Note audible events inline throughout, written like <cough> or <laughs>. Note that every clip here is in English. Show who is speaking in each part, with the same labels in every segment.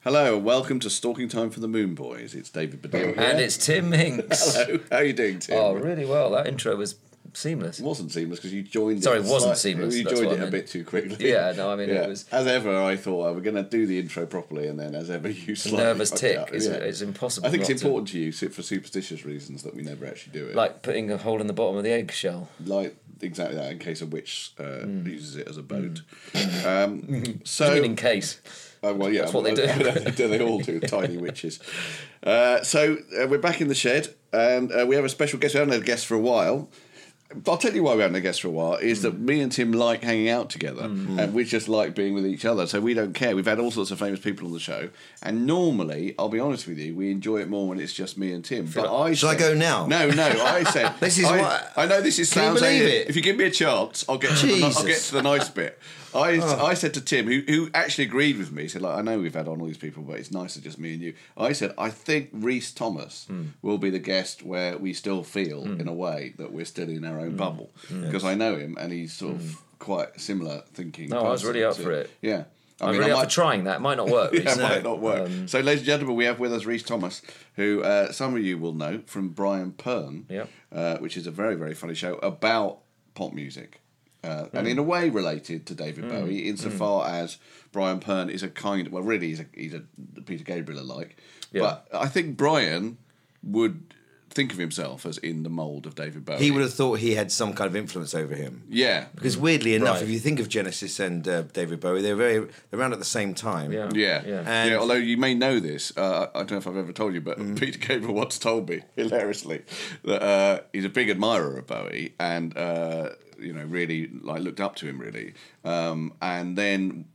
Speaker 1: Hello, welcome to Stalking Time for the Moon Boys. It's David Badil here.
Speaker 2: And it's Tim
Speaker 1: <laughs>
Speaker 2: Hinks.
Speaker 1: Hello, how are you doing, Tim?
Speaker 2: Oh, really well. That intro was seamless.
Speaker 1: It wasn't seamless because you joined.
Speaker 2: Sorry,
Speaker 1: it
Speaker 2: it wasn't
Speaker 1: slightly-
Speaker 2: seamless,
Speaker 1: You
Speaker 2: that's
Speaker 1: joined
Speaker 2: what
Speaker 1: it
Speaker 2: I
Speaker 1: a
Speaker 2: meant.
Speaker 1: bit too quickly.
Speaker 2: Yeah, no, I mean, it was-
Speaker 1: As ever, I thought I were going to do the intro properly, and then as ever, you slightly
Speaker 2: nervous
Speaker 1: fucked
Speaker 2: tick
Speaker 1: up.
Speaker 2: is- is impossible
Speaker 1: I think it's
Speaker 2: not to-
Speaker 1: important to you su- for superstitious reasons that we never actually do it.
Speaker 2: Like putting a hole in the bottom of the eggshell.
Speaker 1: like exactly that in case a witch uh, uses it as a boat.
Speaker 2: <laughs>
Speaker 1: Um, so
Speaker 2: Hmm. Even in case.
Speaker 1: Oh, well, yeah,
Speaker 2: That's what they do.
Speaker 1: do. <laughs> they all do?
Speaker 3: <laughs>
Speaker 1: Tiny witches. Uh, so uh, we're back in the shed, and uh, we have a special guest. We haven't had a guest for a while. But I'll tell you why we haven't had a guest for a while is that me and Tim like hanging out together,
Speaker 3: Mm.
Speaker 1: and we just like being with each other. So we don't care. We've had all sorts of famous people on the show, and normally, I'll be honest with you, we enjoy it more when it's just me and Tim. But I
Speaker 3: Shall I
Speaker 1: said-
Speaker 3: go now?
Speaker 1: No, no.
Speaker 3: <laughs>
Speaker 1: I said
Speaker 3: This is
Speaker 1: I,
Speaker 3: what-
Speaker 1: I know. This is
Speaker 3: Can you
Speaker 1: sounds.
Speaker 3: believe
Speaker 1: alien.
Speaker 3: it?
Speaker 1: If you give me a chance, I'll get to the, I'll get
Speaker 3: Jesus.
Speaker 1: to the nice bit. I, I said to Tim, who, who actually agreed with me, he said, like, I know we've had on all these people, but it's nicer just me and you. I said, I think Reese Thomas
Speaker 2: Hmm.
Speaker 1: will be the guest where we still feel, in a way, that we're still in our own
Speaker 2: Hmm.
Speaker 1: bubble. Because I know him and he's sort of quite similar thinking.
Speaker 2: No, I was
Speaker 1: person
Speaker 2: really up
Speaker 1: to-
Speaker 2: for it.
Speaker 1: Yeah.
Speaker 2: I am
Speaker 1: mean,
Speaker 2: really up
Speaker 1: might-
Speaker 2: for trying that. um, Might not
Speaker 1: <laughs>
Speaker 2: work. uh,
Speaker 1: yeah,
Speaker 2: Reece.
Speaker 1: might not work. so, ladies and gentlemen, we have with us Reese Thomas, who uh, some of you will know from Brian Pern,
Speaker 2: Yep.
Speaker 1: uh, which is a very, very funny show about pop music. Uh,
Speaker 2: Mm.
Speaker 1: And in a way related to David Bowie, insofar as Brian Pern is a kind, well, really, he's a, he's a Peter Gabriel alike. But I think Brian would think of himself as in the mould of David Bowie.
Speaker 3: He would have thought he had some kind of influence over him.
Speaker 1: Yeah.
Speaker 3: Because weirdly enough,
Speaker 2: Right.
Speaker 3: if you think of Genesis and uh, David Bowie, they're very around at the same time.
Speaker 2: Yeah.
Speaker 1: Yeah.
Speaker 2: Yeah.
Speaker 3: And-
Speaker 1: yeah. Although you may know this, uh, I don't know if I've ever told you, but Peter Gabriel once told me <laughs> hilariously that uh, he's a big admirer of Bowie and uh, you know really like looked up to him really. Um, and then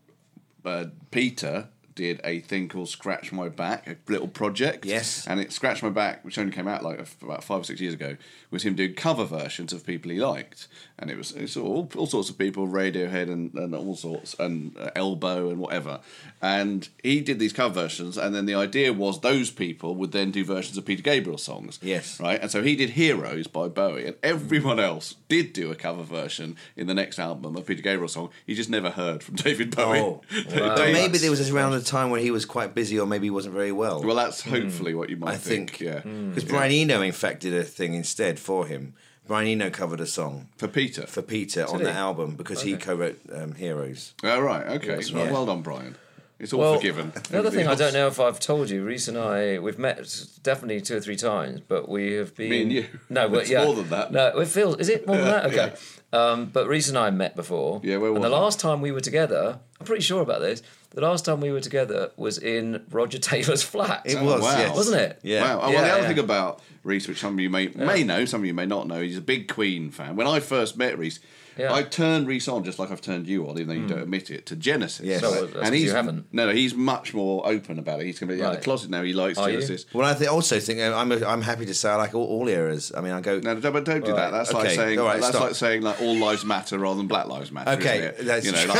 Speaker 1: uh, Peter did a thing called Scratch My Back, a little project.
Speaker 3: Yes.
Speaker 1: And it Scratch My Back, which only came out like f- about five or six years ago, was him doing cover versions of people he liked. And it was, it's all, all sorts of people, Radiohead and, and all sorts, and uh, Elbow and whatever. And he did these cover versions, and then the idea was those people would then do versions of Peter Gabriel songs.
Speaker 3: Yes.
Speaker 1: Right? And so he did Heroes by Bowie, and everyone else did do a cover version in the next album of Peter Gabriel song. He just never heard from <laughs> David Bowie.
Speaker 2: <laughs>
Speaker 3: Oh,
Speaker 1: They- <laughs>
Speaker 3: But
Speaker 1: they-
Speaker 3: maybe there was around a time when he was quite busy, or maybe he wasn't very well.
Speaker 1: Well, that's hopefully what you might
Speaker 3: I
Speaker 1: think.
Speaker 3: think,
Speaker 1: Mm. Yeah.
Speaker 2: hmm.
Speaker 3: because Brian Eno, in fact, did a thing instead for him. Brian Eno covered a song
Speaker 1: For Peter.
Speaker 3: for Peter on the album because he co-wrote um, Heroes.
Speaker 1: oh, right. Okay. Well,
Speaker 3: right.
Speaker 1: well done, Brian. It's all
Speaker 2: Well,
Speaker 1: forgiven.
Speaker 2: Another
Speaker 1: Everything
Speaker 2: thing I
Speaker 1: else-
Speaker 2: don't know if I've told you, Reese and I, we've met definitely two or three times, but we have been.
Speaker 1: and you.
Speaker 2: No, but
Speaker 1: It's
Speaker 2: yeah.
Speaker 1: more than that.
Speaker 2: No, it feels. Is it more
Speaker 1: <laughs>
Speaker 2: than that? Okay. Um, but Reese and I met before.
Speaker 1: Yeah, where
Speaker 2: And
Speaker 1: was
Speaker 2: the
Speaker 1: it?
Speaker 2: last time we were together, I'm pretty sure about this, the last time we were together was in Roger Taylor's flat.
Speaker 3: It was,
Speaker 1: Oh, wow.
Speaker 3: yes.
Speaker 2: Wasn't it?
Speaker 3: Yeah.
Speaker 1: Wow. Oh, well,
Speaker 2: Yeah,
Speaker 1: the other
Speaker 2: yeah.
Speaker 1: thing about Reese, which some of you may may know, some of you may not know, he's a big Queen fan. When I first met Reese,
Speaker 2: Yeah. Hmm.
Speaker 1: I turned Reese on just like I've turned you on, even though you don't admit it, to Genesis.
Speaker 3: Yes. No, well,
Speaker 2: that's 'cause you haven't.
Speaker 1: No, no, he's much more open about it. He's completely out of
Speaker 2: Right.
Speaker 1: the closet now. He likes
Speaker 2: Are you?
Speaker 1: Genesis.
Speaker 3: Well, I th- also think uh, I'm a, I'm happy to say I like all, all eras. I mean, I go
Speaker 1: No, no, but don't do that. That's like
Speaker 3: Okay.
Speaker 1: saying
Speaker 3: All right,
Speaker 1: that's
Speaker 3: stop.
Speaker 1: like saying like all lives matter rather than black lives matter.
Speaker 3: Okay,
Speaker 1: isn't it?
Speaker 3: that's-
Speaker 1: you know, like,
Speaker 3: <laughs>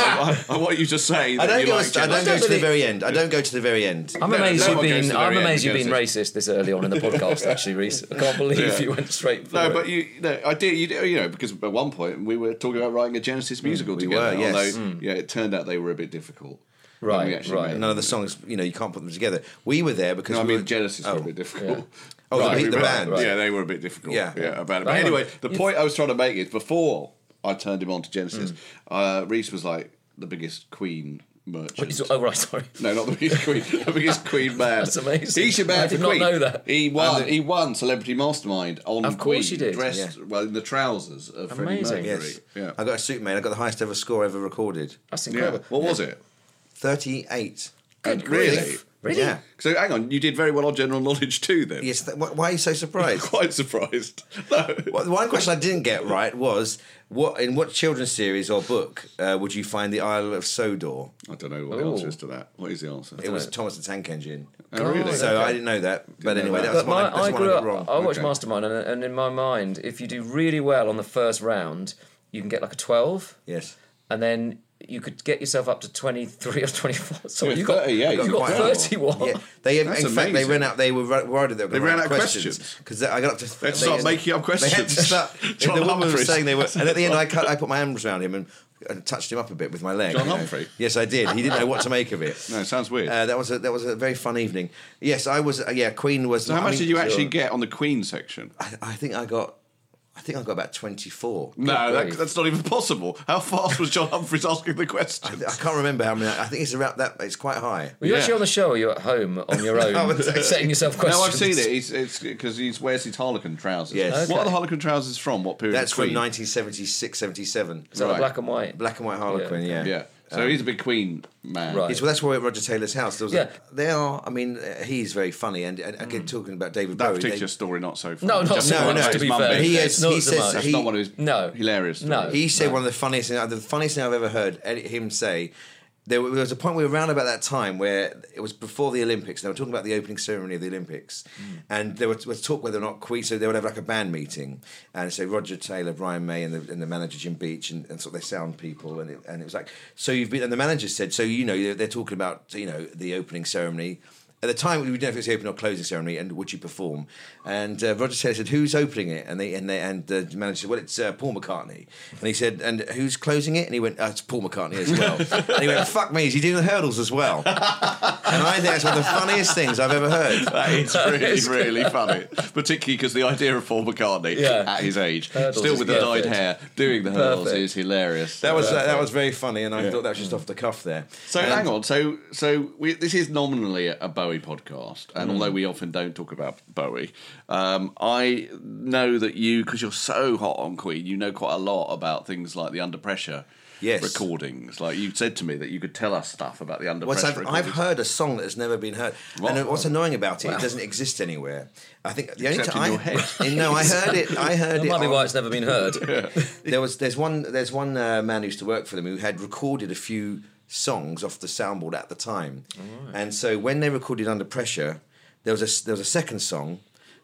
Speaker 1: I, I want you to say that
Speaker 3: I don't
Speaker 1: you
Speaker 3: go.
Speaker 1: like
Speaker 3: I
Speaker 1: Genesis.
Speaker 3: don't go to the
Speaker 2: really-
Speaker 3: very end. I don't go to the very end.
Speaker 2: I'm
Speaker 1: No,
Speaker 2: amazed
Speaker 1: no
Speaker 2: you've
Speaker 1: one goes to
Speaker 2: been.
Speaker 1: the
Speaker 2: I'm
Speaker 1: very
Speaker 2: amazed
Speaker 1: end,
Speaker 2: you've been racist this
Speaker 1: <laughs>
Speaker 2: early on in the podcast. Actually, Reese, I can't believe
Speaker 1: Yeah.
Speaker 2: you went straight for
Speaker 1: No,
Speaker 2: it.
Speaker 1: but you, no, I did. You, do- you know, because at one point we were talking about writing a Genesis musical together.
Speaker 3: Mm, were, yes. Mm.
Speaker 1: Although, yeah, it turned out they were a bit difficult. when
Speaker 2: Right,
Speaker 1: we actually
Speaker 2: right.
Speaker 1: met.
Speaker 3: None of the songs, you know, you can't put them together. We were there because
Speaker 1: No, I
Speaker 3: we
Speaker 1: mean
Speaker 3: were,
Speaker 1: Genesis were a bit difficult.
Speaker 3: Oh, the
Speaker 1: we
Speaker 3: beat- the
Speaker 1: were-
Speaker 3: band.
Speaker 1: Yeah, they were a bit difficult. Yeah,
Speaker 3: Yeah.
Speaker 1: about it. But anyway, the point I was trying to make is before I turned him on to
Speaker 3: Mm.
Speaker 1: Genesis, uh, Reese was like the biggest Queen merchant.
Speaker 2: oh right, sorry.
Speaker 1: No, not the
Speaker 2: <laughs>
Speaker 1: biggest Queen. The biggest Queen man.
Speaker 2: That's amazing.
Speaker 1: He should be
Speaker 2: I
Speaker 1: out
Speaker 2: did
Speaker 1: for
Speaker 2: not
Speaker 1: Queen.
Speaker 2: know that.
Speaker 1: He won. he won Celebrity Mastermind on
Speaker 2: Of
Speaker 1: Queen.
Speaker 2: course he did.
Speaker 1: Dressed well in the trousers of Freddie
Speaker 2: Amazing.
Speaker 1: Mercury.
Speaker 3: Yes.
Speaker 1: Yeah.
Speaker 3: I got a suit made. I got the highest ever score ever recorded.
Speaker 2: That's
Speaker 1: yeah.
Speaker 2: incredible.
Speaker 1: What was it?
Speaker 3: Thirty-eight.
Speaker 1: Good really?
Speaker 2: grief. Really?
Speaker 3: Yeah.
Speaker 1: So hang on, you did very well on general knowledge too, then.
Speaker 3: Yes. Th- wh- why are you so
Speaker 1: I'm <laughs>
Speaker 3: surprised?
Speaker 1: quite surprised. <laughs> No.
Speaker 3: Well, the one question I didn't get right was what in what children's series or book uh, would you find the Isle of Sodor?
Speaker 1: I don't know what the
Speaker 2: Ooh.
Speaker 1: answer is to that. What is the answer?
Speaker 3: It was Thomas the Tank Engine.
Speaker 1: Oh, really?
Speaker 3: So uh, I didn't know that. but
Speaker 1: know
Speaker 3: anyway,
Speaker 1: that. But
Speaker 3: that. was
Speaker 2: But my,
Speaker 3: one, I- that's
Speaker 2: I
Speaker 3: the one I
Speaker 2: grew
Speaker 3: got
Speaker 2: up.
Speaker 3: wrong.
Speaker 2: I watched
Speaker 1: Okay.
Speaker 2: Mastermind, and, and in my mind, if you do really well on the first round, you can get like a twelve,
Speaker 3: Yes.
Speaker 2: and then you could get yourself up to twenty three or twenty <laughs> four. So
Speaker 1: Yeah,
Speaker 2: you got
Speaker 1: 38.
Speaker 2: You got
Speaker 1: Quite
Speaker 3: a lot.
Speaker 2: thirty one.
Speaker 3: Yeah, they in
Speaker 1: That's
Speaker 3: fact they
Speaker 1: amazing.
Speaker 3: ran out. They were ru- worried that they, were
Speaker 1: They
Speaker 3: gonna
Speaker 1: ran
Speaker 3: run
Speaker 1: out of
Speaker 3: questions
Speaker 1: questions.
Speaker 3: because I got up to.
Speaker 1: They had to start making up
Speaker 3: They had to
Speaker 1: questions.
Speaker 3: start.
Speaker 1: <laughs> John
Speaker 3: the woman
Speaker 1: Humphrey.
Speaker 3: was saying they were. And at the end, I, cut, I put my arms around him and, and touched him up a bit with my leg.
Speaker 1: John
Speaker 3: you know.
Speaker 1: Humphrey?
Speaker 3: Yes, I did. He didn't know what to make of it.
Speaker 1: No, it sounds weird.
Speaker 3: Uh, that was a, that was a very fun evening. Yes, I was. Uh, yeah, Queen was.
Speaker 1: so how
Speaker 3: I
Speaker 1: much
Speaker 3: mean,
Speaker 1: did you actually
Speaker 3: sure.
Speaker 1: get on the Queen section?
Speaker 3: I, I think I got. I think I got about twenty four.
Speaker 1: No, that,
Speaker 2: grief.
Speaker 1: that's not even possible. How fast was John Humphreys asking the
Speaker 3: I
Speaker 1: question?
Speaker 3: can't remember how many. I think it's around that. It's quite high.
Speaker 2: Were you
Speaker 1: Yeah.
Speaker 2: actually on the show or you at home
Speaker 1: <laughs>
Speaker 2: on your own,
Speaker 3: I was actually-
Speaker 2: setting yourself questions?
Speaker 1: No, I've seen it. He's, it's because he's wears his harlequin trousers.
Speaker 3: Yes.
Speaker 1: What are
Speaker 2: Okay.
Speaker 1: the harlequin trousers from? What period?
Speaker 3: That's
Speaker 1: of
Speaker 3: from
Speaker 1: Queen?
Speaker 3: 1976, 77.
Speaker 2: Is that the
Speaker 1: Right.
Speaker 2: black and white?
Speaker 3: Black and White Harlequin, yeah.
Speaker 1: Yeah. So he's a big Queen man.
Speaker 2: Right.
Speaker 3: Yes, well, that's why at Roger Taylor's house. There was
Speaker 2: Yeah.
Speaker 3: a, they are. I mean, uh, he's very funny, and, and again, talking about David
Speaker 1: That
Speaker 3: Bowie. they-
Speaker 1: particular story, not so. Funny.
Speaker 2: No, not
Speaker 1: Just
Speaker 2: so
Speaker 1: about
Speaker 3: much,
Speaker 1: his
Speaker 3: to
Speaker 2: be
Speaker 1: mum
Speaker 2: fair.
Speaker 1: being
Speaker 3: He
Speaker 1: dead.
Speaker 3: has-
Speaker 2: not
Speaker 3: he
Speaker 2: so
Speaker 3: says
Speaker 2: much.
Speaker 1: That's
Speaker 3: he-
Speaker 1: not one of his
Speaker 2: No.
Speaker 1: hilarious. Stories.
Speaker 3: <laughs>
Speaker 2: No.
Speaker 3: he said one of the funniest things. The funniest thing I've ever heard ed- him say. There wa- there was a point we were around about that time where it was before the Olympics. And they were talking about the opening ceremony of the Olympics, and there was, was talk whether or not Queen. So they would have like a band meeting, and so Roger Taylor, Brian May, and the, and the manager Jim Beach, and, and sort of their sound people, and it, and it was like, so you've been, and the manager said, so you know, they're, they're talking about you know the opening ceremony. At the time, we didn't know if it was the opening or closing ceremony, and would you perform? And uh, Roger Taylor said, "Who's opening it?" And they and they and the manager said, "Well, it's uh, Paul McCartney." And he said, "And who's closing it?" And he went, oh, "It's Paul McCartney as
Speaker 1: <laughs>
Speaker 3: well." and he went, "Fuck me, is he doing the hurdles as well?" and I think that's one of the funniest things I've
Speaker 1: <laughs>
Speaker 3: ever heard.
Speaker 1: That is really, really funny. Particularly because the idea of Paul McCartney
Speaker 2: Yeah.
Speaker 1: at his age,
Speaker 2: Hurdles
Speaker 1: still
Speaker 2: is
Speaker 1: with the dyed
Speaker 2: perfect.
Speaker 1: hair, doing the hurdles
Speaker 2: Perfect.
Speaker 1: is hilarious.
Speaker 3: That was uh, that was very funny, and I thought that was just off the cuff there.
Speaker 1: So hang on. So so we, this is nominally a Bowie podcast, and
Speaker 3: Hmm.
Speaker 1: although we often don't talk about Bowie, um, I know that you because you're so hot on Queen, you know quite a lot about things like the Under Pressure.
Speaker 3: Yes.
Speaker 1: recordings. Like you said to me that you could tell us stuff about the under
Speaker 3: What's
Speaker 1: pressure.
Speaker 3: I've, I've
Speaker 1: recordings.
Speaker 3: heard a song that has never been heard, and what's annoying about it, it doesn't exist anywhere. I think the
Speaker 1: Except in
Speaker 3: only
Speaker 1: your
Speaker 3: time I,
Speaker 1: head.
Speaker 3: <laughs> no, I heard it. I heard
Speaker 2: That
Speaker 3: it.
Speaker 2: might be
Speaker 3: on-
Speaker 2: why it's never been
Speaker 3: <laughs>
Speaker 2: heard.
Speaker 3: there was there's one there's one uh, man who used to work for them who had recorded a few songs off the soundboard at the time, and so when they recorded Under Pressure, there was a there was a second song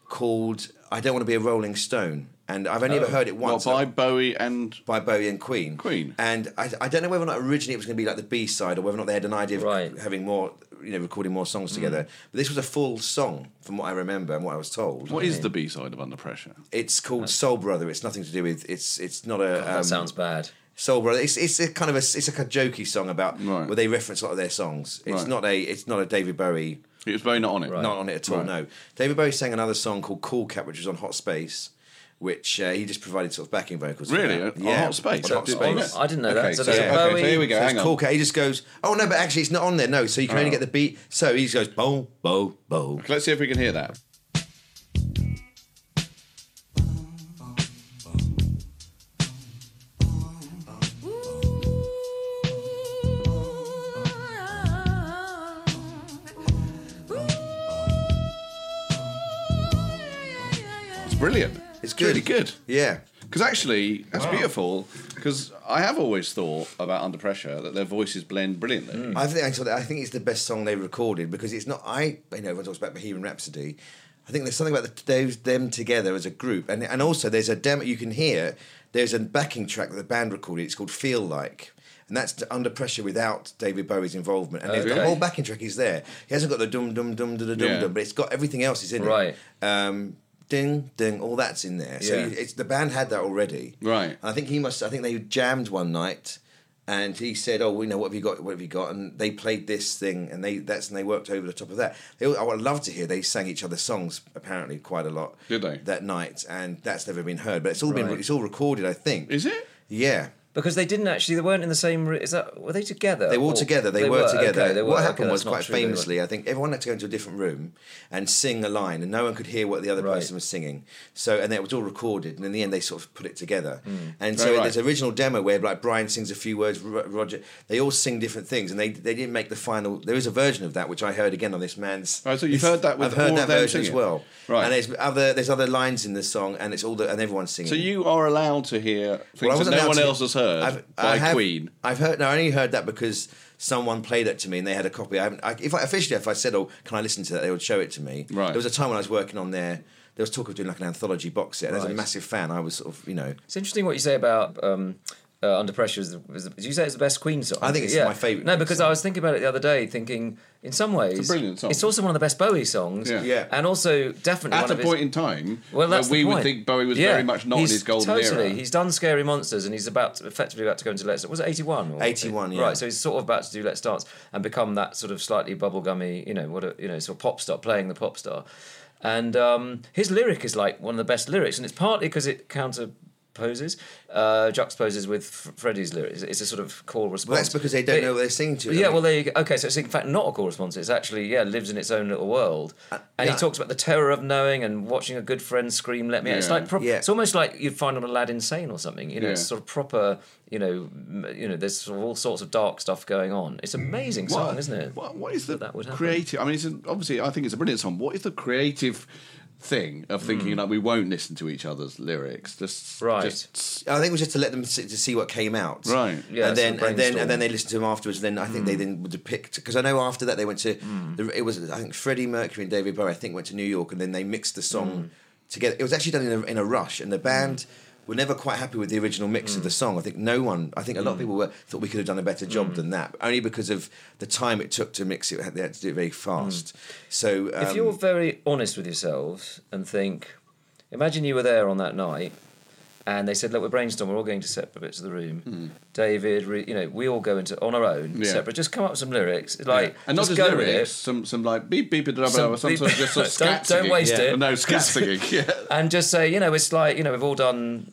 Speaker 3: called I Don't Want to Be a Rolling Stone, and I've only
Speaker 2: Oh.
Speaker 3: ever heard it
Speaker 1: Well,
Speaker 3: once uh,
Speaker 1: by Bowie and
Speaker 3: by Bowie and Queen.
Speaker 1: Queen.
Speaker 3: And I, I don't know whether or not originally it was going to be like the B side or whether or not they had an idea of
Speaker 2: Right. Mm.
Speaker 3: having more, you know, recording more songs together. But this was a full song from what I remember and what I was told.
Speaker 1: what is the B side of Under Pressure?
Speaker 3: It's called Soul Brother. It's nothing to do with it's. It's not a um,
Speaker 2: that sounds bad.
Speaker 3: Soul Brother. It's it's a kind of a it's like a jokey song about
Speaker 1: Right.
Speaker 3: where they reference a lot of their songs. It's
Speaker 1: Right.
Speaker 3: not a it's not a David Bowie
Speaker 1: It was Bowie not on it.
Speaker 3: not on it at all.
Speaker 1: Right.
Speaker 3: No, David Bowie sang another song called "Cool Cat," which was on Hot Space, which uh, he just provided sort of backing vocals. for
Speaker 1: Really?
Speaker 3: that.
Speaker 1: On Hot Space?
Speaker 3: on Hot
Speaker 1: Did-
Speaker 3: Space.
Speaker 1: on
Speaker 2: Oh,
Speaker 1: it?
Speaker 2: I didn't know
Speaker 1: Okay,
Speaker 2: that. So,
Speaker 1: so
Speaker 2: there's
Speaker 1: yeah.
Speaker 2: Bowie.
Speaker 1: Okay, so here we go.
Speaker 3: So
Speaker 1: Hang
Speaker 3: it's
Speaker 1: on. Oh.
Speaker 3: cool cat. He just goes, oh no, but actually it's not on there. No, so you can only get the beat. So he just goes, bo, bo, bo.
Speaker 1: Let's see if we can hear that. It's brilliant.
Speaker 3: It's good.
Speaker 1: really good.
Speaker 3: Yeah.
Speaker 1: Because actually, that's beautiful. Because I have always thought about Under Pressure that their voices blend brilliantly.
Speaker 2: Hmm.
Speaker 3: I think I, saw that. I think it's the best song they recorded because it's not. I you know everyone talks about Bohemian Rhapsody. I think there's something about the, those them together as a group, and and also there's a demo you can hear. There's a backing track that the band recorded. It's called Feel Like. And that's t- under pressure without David Bowie's involvement, and the
Speaker 2: Okay.
Speaker 3: whole backing track is there. He hasn't got the dum dum dum dum dum
Speaker 1: Yeah.
Speaker 3: dum, but it's got everything else is in
Speaker 2: Right.
Speaker 3: it. Um, ding ding, all that's in there. So
Speaker 2: Yeah.
Speaker 3: you- it's the band had that already.
Speaker 1: Right.
Speaker 3: And I think he must. I think they jammed one night, and he said, "Oh, you know, what have you got? What have you got?" And they played this thing, and they that's and they worked over the top of that. They, all- I would love to hear they sang each other's songs apparently quite a lot.
Speaker 1: Did they?
Speaker 3: that night? And that's never been heard, but it's all been
Speaker 2: Right.
Speaker 3: it's all recorded. I think
Speaker 1: Is it?
Speaker 3: Yeah.
Speaker 2: Because they didn't actually, they weren't in the same. Re- is that were they together?
Speaker 3: They were
Speaker 2: Or-
Speaker 3: together. They, were, together.
Speaker 2: okay, they were,
Speaker 3: what
Speaker 2: okay,
Speaker 3: happened was
Speaker 2: that's not
Speaker 3: quite
Speaker 2: true, they weren't.
Speaker 3: famously, I think everyone had to go into a different room and sing a line, and no one could hear what the other
Speaker 2: Right.
Speaker 3: person was singing. So, and it was all recorded, and in the end, they sort of put it together. And so,
Speaker 1: Oh, right.
Speaker 3: there's an original demo where like Brian sings a few words, Ro- Roger, they all sing different things, and they they didn't make the final. There is a version of that which I heard again on this man's.
Speaker 1: Oh, so you've
Speaker 3: this-
Speaker 1: heard that with
Speaker 3: I've heard
Speaker 1: all
Speaker 3: that
Speaker 1: of them
Speaker 3: version as
Speaker 1: singing?
Speaker 3: well.
Speaker 1: Right.
Speaker 3: And there's other there's other lines in the song, and it's all the and everyone's singing.
Speaker 1: So you are allowed to hear things that
Speaker 3: wasn't
Speaker 1: no
Speaker 3: allowed
Speaker 1: one
Speaker 3: to-
Speaker 1: else has heard
Speaker 3: I've-
Speaker 1: by
Speaker 3: I have-
Speaker 1: Queen.
Speaker 3: I've heard. No, I only heard that because someone played it to me and they had a copy. I haven't. I, if I officially, if I said, "Oh, can I listen to that?" They would show it to me.
Speaker 1: Right.
Speaker 3: There was a time when I was working on their. There was talk of doing like an anthology box set. And As a
Speaker 2: Right.
Speaker 3: massive fan, I was sort of, you know,
Speaker 2: It's interesting what you say about um, uh, Under Pressure. Is the, is the, do you say it's the best Queen song?
Speaker 3: I think it's my favourite
Speaker 2: No,
Speaker 3: Queen
Speaker 2: because
Speaker 3: song.
Speaker 2: I was thinking about it the other day, thinking in some ways
Speaker 1: It's a brilliant song.
Speaker 2: It's also one of the best Bowie songs.
Speaker 1: Yeah.
Speaker 3: Yeah.
Speaker 2: and also definitely
Speaker 1: At
Speaker 2: one
Speaker 1: a
Speaker 2: of his-
Speaker 1: point in time,
Speaker 2: Well, that's
Speaker 1: where we
Speaker 2: the
Speaker 1: would
Speaker 2: point.
Speaker 1: think Bowie was
Speaker 2: Yeah.
Speaker 1: very much not
Speaker 2: He's
Speaker 1: in his golden
Speaker 2: totally,
Speaker 1: era.
Speaker 2: He's done Scary Monsters, and he's about to, effectively about to go into Let's. Was it eighty one?
Speaker 3: 81, yeah.
Speaker 2: Right, so he's sort of about to do Let's Dance and become that sort of slightly bubblegummy, you know, what a you know, sort of pop star, playing the pop star. And um, his lyric is like one of the best lyrics, and it's partly because it counterposes, uh, juxtaposes with F- Freddie's lyrics. It's a sort of call response.
Speaker 3: well, that's because they don't
Speaker 2: It-
Speaker 3: know what they're singing to.
Speaker 2: yeah, well, there you go. Okay, so it's in fact not a call response. It's actually, yeah, lives in its own little world.
Speaker 1: Uh,
Speaker 2: And
Speaker 3: yeah.
Speaker 2: he talks about the terror of knowing and watching a good friend scream, let me out. It's
Speaker 1: Yeah.
Speaker 2: like, pro-
Speaker 3: Yeah.
Speaker 2: it's almost like you'd find on Aladdin Sane or something. You know, it's
Speaker 1: Yeah.
Speaker 2: sort of proper, you know, m- you know, there's sort of all sorts of dark stuff going on. It's an amazing song, isn't it?
Speaker 1: What, what is the
Speaker 2: that would happen.
Speaker 1: creative? I mean, it's an, obviously, I think it's a brilliant song. What is the creative thing of thinking like we won't listen to each other's lyrics? Just
Speaker 2: Hmm. Right.
Speaker 1: just-
Speaker 3: I think it was just to let them see, to see what came out,
Speaker 1: Right. Hmm.
Speaker 2: Yeah,
Speaker 3: and
Speaker 2: so
Speaker 3: then and then
Speaker 2: brainstorm.
Speaker 3: and then they listened to him afterwards. And then I think they then would depict because I know after that they went to
Speaker 2: Hmm.
Speaker 3: the, it was I think Freddie Mercury and David Bowie I think went to New York and then they mixed the
Speaker 2: Hmm.
Speaker 3: song together. It was actually done in a, in a rush, and the band were never quite happy with the original mix of the
Speaker 2: Hmm.
Speaker 3: song. I think no one, I think a lot of people were thought we could have done a better job than that, only because of the time it took to mix it. They had to do it very fast. So um,
Speaker 2: Hmm. if you're very honest with yourselves and think, imagine you were there on that night, and they said, "Look, we're brainstorming. We're all going to separate bits of the room. David, re- you know, we all go into on our own,
Speaker 1: Hmm. Yeah.
Speaker 2: separate. Just come up with some lyrics, like,
Speaker 1: and not
Speaker 2: just
Speaker 1: just
Speaker 2: go with
Speaker 1: lyrics,
Speaker 2: it,
Speaker 1: some some like beep beep da, da, da, some,
Speaker 2: Some
Speaker 1: some
Speaker 2: beep-
Speaker 1: sort of just <laughs> sort of
Speaker 2: Don't-
Speaker 1: scat
Speaker 2: don't
Speaker 1: singing.
Speaker 2: waste
Speaker 1: <laughs> yeah.
Speaker 2: it.
Speaker 1: No scat singing. Yeah,
Speaker 2: and just say, you know, it's like, you know, we've all done."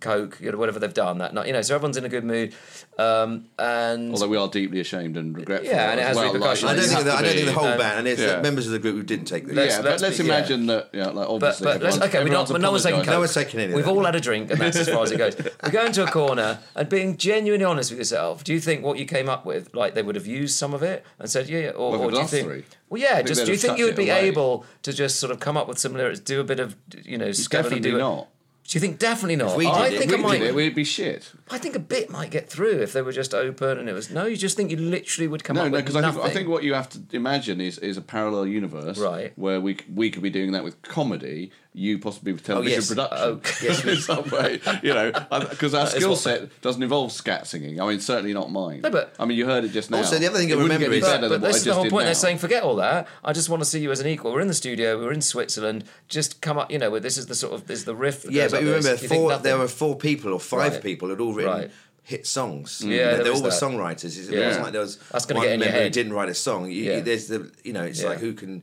Speaker 2: Coke, you know, whatever they've done that night, you know, so everyone's in a good mood, um, and
Speaker 1: although we are deeply ashamed and regretful.
Speaker 2: Yeah, and it
Speaker 1: as
Speaker 2: has
Speaker 1: well, like,
Speaker 2: repercussions.
Speaker 3: I don't
Speaker 1: you
Speaker 3: think
Speaker 1: have
Speaker 3: that, I
Speaker 1: to
Speaker 3: don't think the
Speaker 1: be-
Speaker 3: whole
Speaker 2: and-
Speaker 3: band and there's
Speaker 1: Yeah.
Speaker 3: members of the group who didn't take the
Speaker 1: Yeah, but
Speaker 2: um, let's
Speaker 1: let's
Speaker 2: be- yeah.
Speaker 1: imagine that. Yeah, like
Speaker 2: But,
Speaker 1: obviously,
Speaker 2: but
Speaker 1: everyone's-
Speaker 2: let's, okay, we don't,
Speaker 1: everyone's
Speaker 2: but no one's taking
Speaker 1: apologising.
Speaker 2: coke.
Speaker 3: No one's taking any of
Speaker 2: We've
Speaker 3: that.
Speaker 2: all had a drink, and that's as far as
Speaker 1: <laughs>
Speaker 2: it goes. We go into a corner and being genuinely honest with yourself. Do you think what you came up with, like they would have used some of it and said, yeah, yeah, or,
Speaker 1: Well,
Speaker 2: or
Speaker 1: the
Speaker 2: do you
Speaker 1: last
Speaker 2: think?
Speaker 1: three.
Speaker 2: Well, yeah.
Speaker 1: think
Speaker 2: Just
Speaker 1: they'd
Speaker 2: do you
Speaker 1: have
Speaker 2: think
Speaker 1: tucked
Speaker 2: you
Speaker 1: it
Speaker 2: would be
Speaker 1: away.
Speaker 2: able to just sort of come up with some lyrics, do a bit of you know, scabbily
Speaker 1: Definitely
Speaker 2: do it?
Speaker 1: not.
Speaker 2: Do you think definitely not?
Speaker 3: we did
Speaker 2: I
Speaker 3: it,
Speaker 2: think
Speaker 1: we
Speaker 2: I
Speaker 1: did
Speaker 2: might.
Speaker 1: it, we'd be shit.
Speaker 2: I think a bit might get through if they were just open and it was no. You just think you literally would come
Speaker 1: No,
Speaker 2: up
Speaker 1: no,
Speaker 2: with
Speaker 1: because I
Speaker 2: nothing.
Speaker 1: think, I think what you have to imagine is, is a parallel universe,
Speaker 2: Right.
Speaker 1: Where we c- we could be doing that with comedy, you possibly with
Speaker 2: Oh,
Speaker 1: television
Speaker 3: yes.
Speaker 1: production, <laughs>
Speaker 3: yes.
Speaker 1: in some way, you know, because our
Speaker 2: is
Speaker 1: skill
Speaker 2: what-
Speaker 1: set doesn't involve scat singing. I mean, certainly not mine.
Speaker 2: No, but-
Speaker 1: I mean, you heard it just now.
Speaker 3: Also, the other thing
Speaker 1: it
Speaker 3: to
Speaker 1: wouldn't
Speaker 3: remember
Speaker 1: get any
Speaker 3: is-
Speaker 2: But,
Speaker 1: better
Speaker 2: but
Speaker 1: than what I
Speaker 2: this is
Speaker 1: just
Speaker 2: the whole
Speaker 1: did
Speaker 2: point.
Speaker 1: now.
Speaker 2: They're saying, forget all that. I just want to see you as an equal. We're in the studio. We're in Switzerland. Just come up. You know, with- this is the sort of this is the riff. that
Speaker 3: Yeah,
Speaker 2: goes
Speaker 3: but
Speaker 2: up
Speaker 3: you
Speaker 2: this.
Speaker 3: remember,
Speaker 2: You think
Speaker 3: four,
Speaker 2: nothing.
Speaker 3: there were four people or five
Speaker 2: Right.
Speaker 3: people who'd all written
Speaker 2: Right. Mm.
Speaker 3: hit songs.
Speaker 2: Yeah,
Speaker 3: they
Speaker 2: there was
Speaker 3: all were
Speaker 2: that.
Speaker 3: songwriters. It's- It
Speaker 2: Yeah.
Speaker 3: wasn't like there was
Speaker 2: That's gonna
Speaker 3: one
Speaker 2: get in your
Speaker 3: member who
Speaker 2: head.
Speaker 3: didn't write a song. You,
Speaker 2: Yeah.
Speaker 3: you, there's the, you know, it's
Speaker 2: Yeah.
Speaker 3: like who can,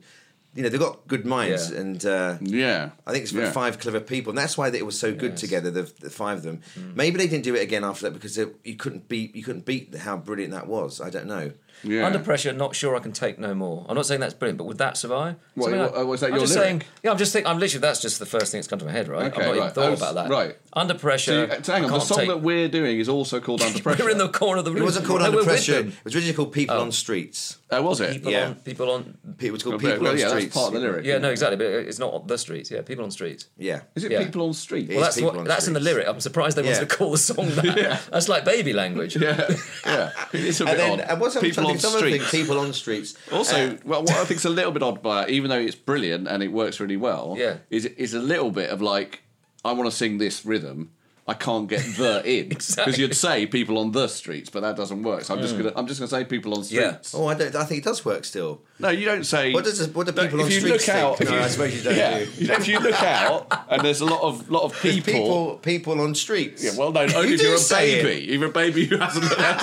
Speaker 3: you know, they've got good minds,
Speaker 2: Yeah.
Speaker 3: and uh,
Speaker 1: yeah,
Speaker 3: I think it's
Speaker 1: yeah.
Speaker 3: five clever people, and that's why it was so good together. The, the five of them.
Speaker 2: Mm.
Speaker 3: Maybe they didn't do it again after that because it, you couldn't beat you couldn't beat how brilliant that was. I don't know.
Speaker 1: Yeah.
Speaker 2: Under pressure, not sure I can take no more. I'm not saying that's brilliant, but would that survive?
Speaker 1: What,
Speaker 2: Something
Speaker 1: what- uh, was that
Speaker 2: I'm
Speaker 1: your
Speaker 2: just
Speaker 1: lyric?
Speaker 2: saying. Yeah, I'm just thinking. I'm literally. That's just the first thing that's come to my head.
Speaker 1: Okay,
Speaker 2: Right. I've not even
Speaker 1: right.
Speaker 2: thought
Speaker 1: Oh, s-
Speaker 2: about that.
Speaker 1: right.
Speaker 2: Under
Speaker 1: So you,
Speaker 2: pressure.
Speaker 1: so uh, hang
Speaker 2: I
Speaker 1: on, the
Speaker 2: can't
Speaker 1: song
Speaker 2: take-
Speaker 1: that we're doing is also called Under Pressure.
Speaker 2: <laughs> We're in the corner of the room.
Speaker 3: It wasn't called
Speaker 2: No,
Speaker 3: Under
Speaker 2: we're with
Speaker 3: Pressure.
Speaker 2: them.
Speaker 3: It was originally called People on Streets.
Speaker 1: Oh, was it?
Speaker 2: People
Speaker 3: Yeah.
Speaker 2: on. People on.
Speaker 3: It was called
Speaker 1: Well,
Speaker 3: People
Speaker 1: well,
Speaker 3: on
Speaker 1: yeah,
Speaker 3: Streets.
Speaker 1: that's part of the lyric.
Speaker 2: Yeah, no, exactly. But it's not on the streets. Yeah, people on streets.
Speaker 3: Yeah.
Speaker 1: Is it
Speaker 2: Yeah.
Speaker 1: People on Street?
Speaker 2: Well,
Speaker 3: It's
Speaker 1: <laughs>
Speaker 2: that's
Speaker 3: people
Speaker 2: what,
Speaker 3: on
Speaker 2: that's in the
Speaker 3: streets.
Speaker 2: lyric. I'm surprised they
Speaker 3: Yeah.
Speaker 2: wanted to call the song that. That's like baby language.
Speaker 1: yeah, yeah. It's a bit
Speaker 3: And then,
Speaker 1: odd.
Speaker 3: and what's
Speaker 1: people on
Speaker 3: some
Speaker 1: Street.
Speaker 3: Of the thing, people on streets.
Speaker 1: Also,
Speaker 3: Uh,
Speaker 1: well, what I think's a little bit odd by it, even though it's brilliant and it works really well,
Speaker 2: Yeah.
Speaker 1: is is a little bit of like, I want to sing this rhythm. I can't get the in
Speaker 3: <laughs>
Speaker 1: because
Speaker 2: Exactly.
Speaker 1: you'd say people on the streets, but that doesn't work. So I'm
Speaker 3: Mm.
Speaker 1: just gonna I'm just gonna say people on
Speaker 2: Yeah.
Speaker 1: streets.
Speaker 3: oh, I don't. I think it does work still.
Speaker 1: No, you don't say.
Speaker 3: What does this- what do
Speaker 1: No,
Speaker 3: people
Speaker 1: if
Speaker 3: on
Speaker 1: you
Speaker 3: streets
Speaker 1: look out, if
Speaker 3: think? No,
Speaker 1: you-
Speaker 3: I suppose you don't,
Speaker 1: Yeah,
Speaker 3: do you?
Speaker 1: <laughs> if you look out and there's a lot of
Speaker 3: <laughs>
Speaker 1: lot of people.
Speaker 3: People, people on streets.
Speaker 1: yeah, well, no, only
Speaker 3: You
Speaker 1: if
Speaker 3: do
Speaker 1: you're a
Speaker 3: say it.
Speaker 1: baby. If you're a baby who hasn't learned how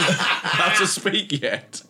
Speaker 1: to, how to speak yet,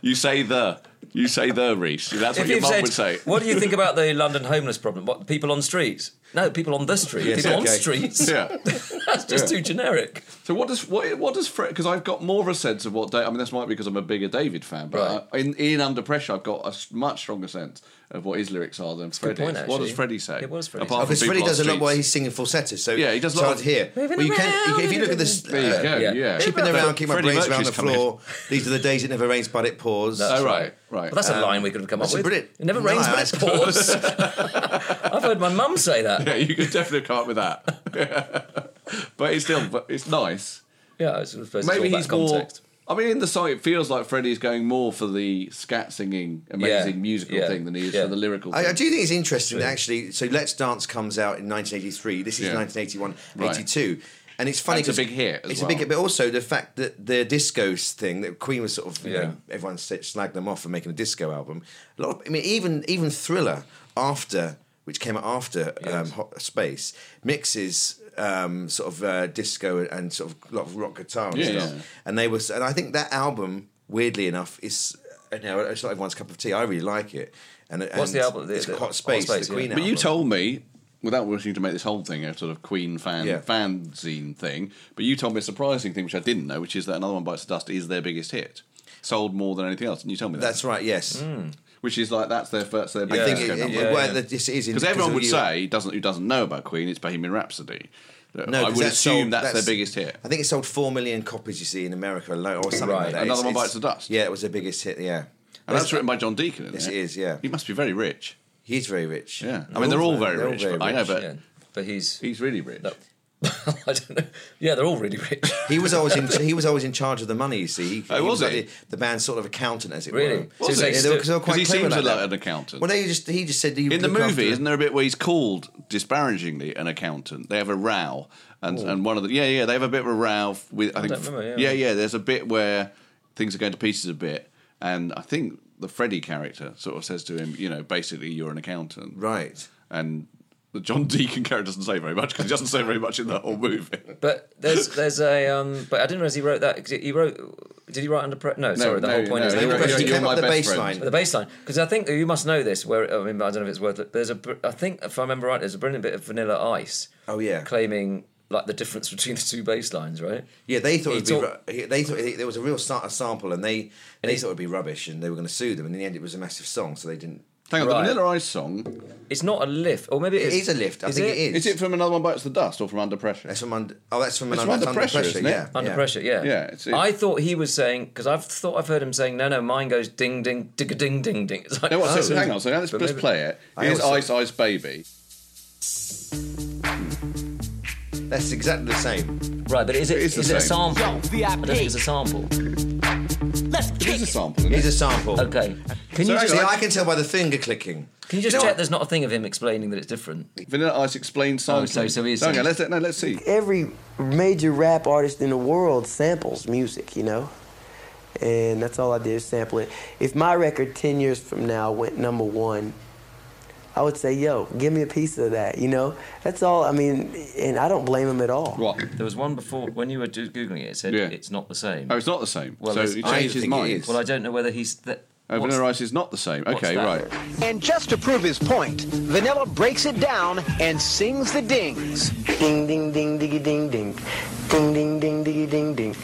Speaker 1: you say the. You say the Reese. That's what
Speaker 2: If
Speaker 1: your
Speaker 2: you've
Speaker 1: mum
Speaker 2: said,
Speaker 1: would say. <laughs>
Speaker 2: What do you think about the London homeless problem? What people on streets? No, people on the street.
Speaker 3: Yes,
Speaker 2: people on
Speaker 3: okay.
Speaker 2: streets.
Speaker 1: Yeah.
Speaker 2: <laughs> That's just
Speaker 1: Yeah.
Speaker 2: too generic.
Speaker 1: So what does what what does Fred? Because I've got more of a sense of what. Da- I mean, this might be because I'm a bigger David fan, but I, in in Under Pressure, I've got a s- much stronger sense of what his lyrics are than Freddie's.
Speaker 2: point,
Speaker 1: what does
Speaker 2: actually.
Speaker 1: Freddie say?
Speaker 2: Yeah, what does Freddie
Speaker 1: Apart
Speaker 2: say?
Speaker 1: from
Speaker 3: Because
Speaker 1: People
Speaker 3: Freddie
Speaker 1: on
Speaker 3: does a lot
Speaker 1: Streets.
Speaker 3: while he's singing falsetto. So
Speaker 1: Yeah, he does a
Speaker 3: so
Speaker 1: lot
Speaker 3: hard
Speaker 1: of-
Speaker 3: to hear.
Speaker 2: Moving
Speaker 3: Well, you can,
Speaker 2: around.
Speaker 3: if you look at this, uh,
Speaker 1: There you go. Yeah.
Speaker 2: yeah.
Speaker 3: chipping their
Speaker 1: But
Speaker 3: around, keep my
Speaker 1: Freddie
Speaker 3: brains around
Speaker 1: Mercury's
Speaker 3: the
Speaker 1: coming in.
Speaker 3: floor. These are the days it never rains, but it pours.
Speaker 1: Oh right, right.
Speaker 2: Well, that's a line we could have come up
Speaker 3: that's a
Speaker 2: with.
Speaker 3: brilliant-
Speaker 2: It never
Speaker 3: No,
Speaker 2: rains when
Speaker 3: that's
Speaker 2: it pours. <laughs> I've heard my mum say
Speaker 1: <laughs>
Speaker 2: that.
Speaker 1: yeah, you could definitely come up with that. <laughs> but it's still, but it's nice.
Speaker 2: Yeah, I suppose it's all
Speaker 1: Maybe
Speaker 2: about
Speaker 1: he's more.
Speaker 2: context.
Speaker 1: I mean, in the song, it feels like Freddie's going more for the scat singing, amazing
Speaker 2: Yeah,
Speaker 1: musical
Speaker 2: yeah,
Speaker 1: thing than he is
Speaker 2: yeah.
Speaker 1: for the lyrical.
Speaker 3: I, I
Speaker 1: thing.
Speaker 3: do think it's interesting that actually. So Let's Dance comes out in 1983. This is
Speaker 1: Yeah.
Speaker 3: 1981,
Speaker 1: Right.
Speaker 3: 82. And it's funny
Speaker 1: And it's a
Speaker 3: 'cause
Speaker 1: big hit as
Speaker 3: it's
Speaker 1: well.
Speaker 3: a big hit, but also the fact that the discos thing that Queen was sort of you know,
Speaker 2: Yeah.
Speaker 3: everyone s- slagged them off for making a disco album. A lot. Of, I mean, even even Thriller after which came out after um, Hot Space mixes um, sort of uh, disco and sort of a lot of rock guitar and
Speaker 1: Yeah,
Speaker 3: stuff.
Speaker 1: yeah.
Speaker 3: And they was, and I think that album, weirdly enough, is you know it's not everyone's cup of tea. I really like it. And,
Speaker 2: What's the
Speaker 3: and
Speaker 2: album? The-
Speaker 3: It's
Speaker 2: the-
Speaker 3: Hot Space,
Speaker 2: Hot Space,
Speaker 3: the
Speaker 2: yeah.
Speaker 3: Queen
Speaker 1: But
Speaker 3: album.
Speaker 1: you told me, without wishing to make this whole thing a sort of Queen fan
Speaker 3: Yeah.
Speaker 1: fanzine thing, but you told me a surprising thing which I didn't know, which is that another one bites the dust is their biggest hit, sold more than anything else. Didn't you tell me that?
Speaker 3: That's right. Yes,
Speaker 1: which is like that's their first their
Speaker 3: I
Speaker 1: biggest
Speaker 3: think
Speaker 1: disco
Speaker 3: it, it,
Speaker 1: number.
Speaker 2: Mm. yeah,
Speaker 3: well,
Speaker 2: yeah.
Speaker 3: that this is in-
Speaker 1: Because everyone would
Speaker 3: you-
Speaker 1: say doesn't who doesn't know about Queen, it's Bohemian Rhapsody.
Speaker 3: No,
Speaker 1: I
Speaker 3: 'cause
Speaker 1: would
Speaker 3: that
Speaker 1: assume
Speaker 3: sold-
Speaker 1: that's, their biggest hit.
Speaker 3: I think it sold four million copies. You see in America alone, or something
Speaker 2: Right.
Speaker 3: like that.
Speaker 1: Another
Speaker 3: It's-
Speaker 1: One
Speaker 3: it's-
Speaker 1: Bites the Dust.
Speaker 3: Yeah, it was their biggest hit. Yeah,
Speaker 1: And that's written by John Deacon, isn't
Speaker 3: Yes,
Speaker 1: it?
Speaker 3: it is, yeah.
Speaker 1: he must be very rich.
Speaker 3: he's very rich.
Speaker 1: Yeah, I mean they're all very
Speaker 3: they're
Speaker 1: rich. but I know,
Speaker 3: rich.
Speaker 1: but
Speaker 2: Yeah, but he's.
Speaker 1: he's really rich.
Speaker 2: <laughs> I don't know. Yeah, they're all really rich.
Speaker 3: He was
Speaker 1: <laughs>
Speaker 3: always in. He was always in charge of the money. You see, he,
Speaker 1: Oh, was
Speaker 3: like
Speaker 1: he?
Speaker 3: the, the band's sort of accountant, as it
Speaker 2: Really?
Speaker 3: were.
Speaker 2: Was
Speaker 3: Yeah,
Speaker 2: he?
Speaker 3: they were- 'cause they were quite
Speaker 1: Because he
Speaker 3: clever
Speaker 1: seems
Speaker 3: like
Speaker 1: like
Speaker 3: that.
Speaker 1: an accountant.
Speaker 3: Well, they just he just said
Speaker 1: In the movie, isn't there a bit where he's called disparagingly an accountant? They have a row, and and one of the yeah yeah they have a bit of a row f- with I, think
Speaker 2: Oh. don't remember,
Speaker 1: yeah.
Speaker 2: yeah.
Speaker 1: there's a bit where things are going to pieces a bit, and I think the Freddy character sort of says to him, you know, basically you're an accountant,
Speaker 3: right?
Speaker 1: And the John <laughs> Deacon character doesn't say very much because he doesn't say very much in the whole
Speaker 2: <laughs>
Speaker 1: movie.
Speaker 2: But there's there's a um. But I didn't realize he wrote that. 'cause he wrote. Did he write under pressure? No, sorry. The
Speaker 1: no,
Speaker 2: whole point
Speaker 1: no,
Speaker 2: is
Speaker 1: no,
Speaker 2: they
Speaker 1: no,
Speaker 2: were-
Speaker 1: no,
Speaker 3: He
Speaker 1: you're
Speaker 3: came
Speaker 1: my
Speaker 3: up with the
Speaker 1: best
Speaker 3: baseline.
Speaker 1: friend.
Speaker 2: the baseline because I think you must know this. Where I mean, I don't know if it's worth it. There's a, br- I think if I remember right, there's a brilliant bit of Vanilla Ice.
Speaker 3: Oh, yeah.
Speaker 2: claiming like the difference between the two bass lines, right?
Speaker 3: Yeah, they thought
Speaker 2: He
Speaker 3: it'd be,
Speaker 2: talk-
Speaker 3: ru- he- they thought it- there was a real sa- a sample, and they they thought it'd be rubbish, and they were going to sue them. And in the end, it was a massive song, so they didn't.
Speaker 1: Hang on,
Speaker 2: Right.
Speaker 1: the Vanilla Ice song
Speaker 2: It's not a lift, or maybe it
Speaker 3: It
Speaker 2: is.
Speaker 3: is a lift. I think it is.
Speaker 1: is it from Another One Bites the Dust or from Under Pressure?
Speaker 3: That's from under. Oh, that's from,
Speaker 1: It's
Speaker 3: an,
Speaker 1: from
Speaker 3: that's
Speaker 1: Under Pressure, isn't it?
Speaker 3: Yeah,
Speaker 2: Under
Speaker 3: yeah.
Speaker 2: pressure, yeah.
Speaker 1: Yeah, it's-
Speaker 2: I thought he was saying because I've thought I've heard him saying, "No, no, mine goes ding, ding, digga, ding, ding, ding." It's like,
Speaker 1: No, what, so,
Speaker 2: oh.
Speaker 1: hang on, so let's,
Speaker 2: But
Speaker 1: let's
Speaker 2: maybe-
Speaker 1: play it.
Speaker 3: I
Speaker 1: Here's Ice
Speaker 3: also-
Speaker 1: Ice Baby.
Speaker 3: That's exactly the same.
Speaker 2: Right, but is it
Speaker 1: It's
Speaker 2: is
Speaker 1: the
Speaker 2: it a
Speaker 1: same.
Speaker 2: sample? I don't think it's a sample.
Speaker 1: It is a sample. Isn't it?
Speaker 3: Here's a sample.
Speaker 2: Okay, can
Speaker 1: So
Speaker 2: you
Speaker 1: hang
Speaker 2: just
Speaker 3: See,
Speaker 1: on,
Speaker 3: I can tell by the finger clicking.
Speaker 2: can you just
Speaker 3: know
Speaker 2: check?
Speaker 3: what?
Speaker 2: There's not a thing of him explaining that it's different.
Speaker 1: Vanilla Ice explains something.
Speaker 2: Oh, so- so he is
Speaker 1: Okay,
Speaker 2: saying-
Speaker 1: let's, no, let's see.
Speaker 4: every major rap artist in the world samples music, you know? And that's all I did is sample it. If my record 10 years from now went number one, I would say, yo, give me a piece of that, you know? That's all, I mean, and I don't blame him at all.
Speaker 1: What?
Speaker 2: There was one before when you were do- googling it. It said
Speaker 1: Yeah.
Speaker 2: it's not the same.
Speaker 1: Oh, it's not the same.
Speaker 2: Well,
Speaker 1: so
Speaker 2: it's-
Speaker 1: he
Speaker 2: I
Speaker 1: changed his
Speaker 3: think it
Speaker 1: mind.
Speaker 3: is.
Speaker 2: Well, I don't know whether he's that.
Speaker 1: Oh,
Speaker 2: what's-
Speaker 1: Vanilla Ice is not the same. Okay,
Speaker 2: that?
Speaker 1: right.
Speaker 5: And just to prove his point, Vanilla breaks it down and sings the dings.
Speaker 4: Ding, ding, ding, diggy, ding, ding. Ding, ding, ding, diggy, ding, ding.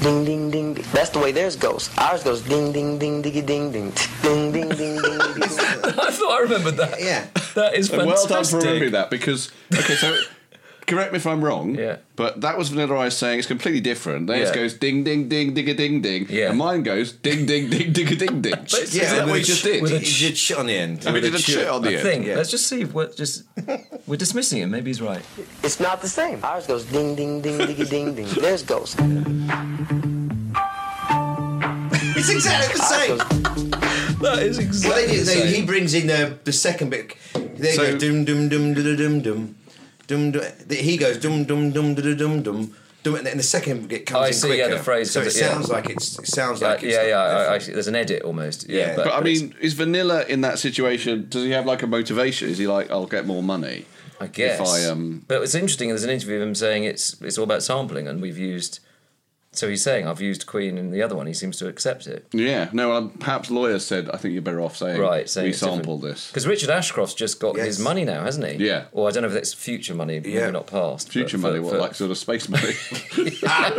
Speaker 4: Ding, ding, ding, ding. That's the way theirs goes. Ours goes ding, ding, ding, diggy, ding, ding. Ding, ding, ding, ding, diggy, ding.
Speaker 2: <laughs>
Speaker 4: <laughs>
Speaker 2: I thought I remembered that.
Speaker 3: Yeah.
Speaker 2: that is
Speaker 1: And well
Speaker 2: fantastic.
Speaker 1: done for remembering that because, okay, so <laughs> correct me if I'm wrong,
Speaker 2: Yeah.
Speaker 1: but that was Vanilla Ice saying it's completely different. Theirs
Speaker 2: Yeah.
Speaker 1: goes ding, ding, ding, digga, ding, ding.
Speaker 2: Yeah.
Speaker 1: And mine goes ding, ding, ding, digga, ding,
Speaker 2: <laughs>
Speaker 1: ding.
Speaker 2: it's-
Speaker 1: Is
Speaker 2: yeah,
Speaker 1: that
Speaker 3: with
Speaker 1: what
Speaker 3: a
Speaker 1: he just
Speaker 3: ch-
Speaker 1: did?
Speaker 3: With a ch- ch- on the end.
Speaker 1: And we
Speaker 3: With
Speaker 1: did
Speaker 3: a
Speaker 1: a
Speaker 3: ch-
Speaker 1: chit on the
Speaker 2: I
Speaker 1: end.
Speaker 2: think.
Speaker 3: Yeah.
Speaker 2: Let's just see what. Just we're dismissing him. Maybe he's right.
Speaker 4: It's not the same. Ours goes ding, ding, ding, diggy, ding, ding. Theirs goes.
Speaker 3: It's exactly the
Speaker 4: Ours
Speaker 3: same.
Speaker 4: goes
Speaker 2: That is
Speaker 3: Well,
Speaker 2: exactly
Speaker 3: they, do-
Speaker 2: the
Speaker 3: they,
Speaker 2: same.
Speaker 3: he brings in the, the second bit. They
Speaker 1: So-
Speaker 3: go dum dum dum dum dum dum dum dum. The- He goes dum dum dum dum dum dum dum, and then the second bit comes
Speaker 2: I
Speaker 3: in
Speaker 2: see,
Speaker 3: quicker.
Speaker 2: yeah, the phrase
Speaker 3: So it
Speaker 2: comes in, yeah.
Speaker 3: sounds like it's it sounds
Speaker 2: Uh,
Speaker 3: like it's
Speaker 2: yeah, yeah. I, I, there's an edit almost. Yeah,
Speaker 3: Yeah.
Speaker 1: <laughs>
Speaker 2: but,
Speaker 1: But I
Speaker 2: it's-
Speaker 1: mean, is Vanilla in that situation? Does he have like a motivation? Is he like, I'll get more money?
Speaker 2: I guess.
Speaker 1: If I um,
Speaker 2: But it's interesting. There's an interview of him saying it's it's all about sampling, and we've used So he's saying, I've used Queen in the other one. He seems to accept it.
Speaker 1: Yeah, no, well, perhaps lawyers said, I think you're better off saying,
Speaker 2: Right, saying
Speaker 1: we
Speaker 2: it's
Speaker 1: sampled
Speaker 2: different.
Speaker 1: this.
Speaker 2: Because Richard Ashcroft's just got
Speaker 3: Yes.
Speaker 2: his money now, hasn't he?
Speaker 1: Yeah.
Speaker 2: Or I don't know if that's future money, maybe
Speaker 3: Yeah.
Speaker 2: not past.
Speaker 1: Future
Speaker 2: but for-
Speaker 1: money, what,
Speaker 2: for
Speaker 1: like sort of space money.
Speaker 2: the
Speaker 1: <laughs> By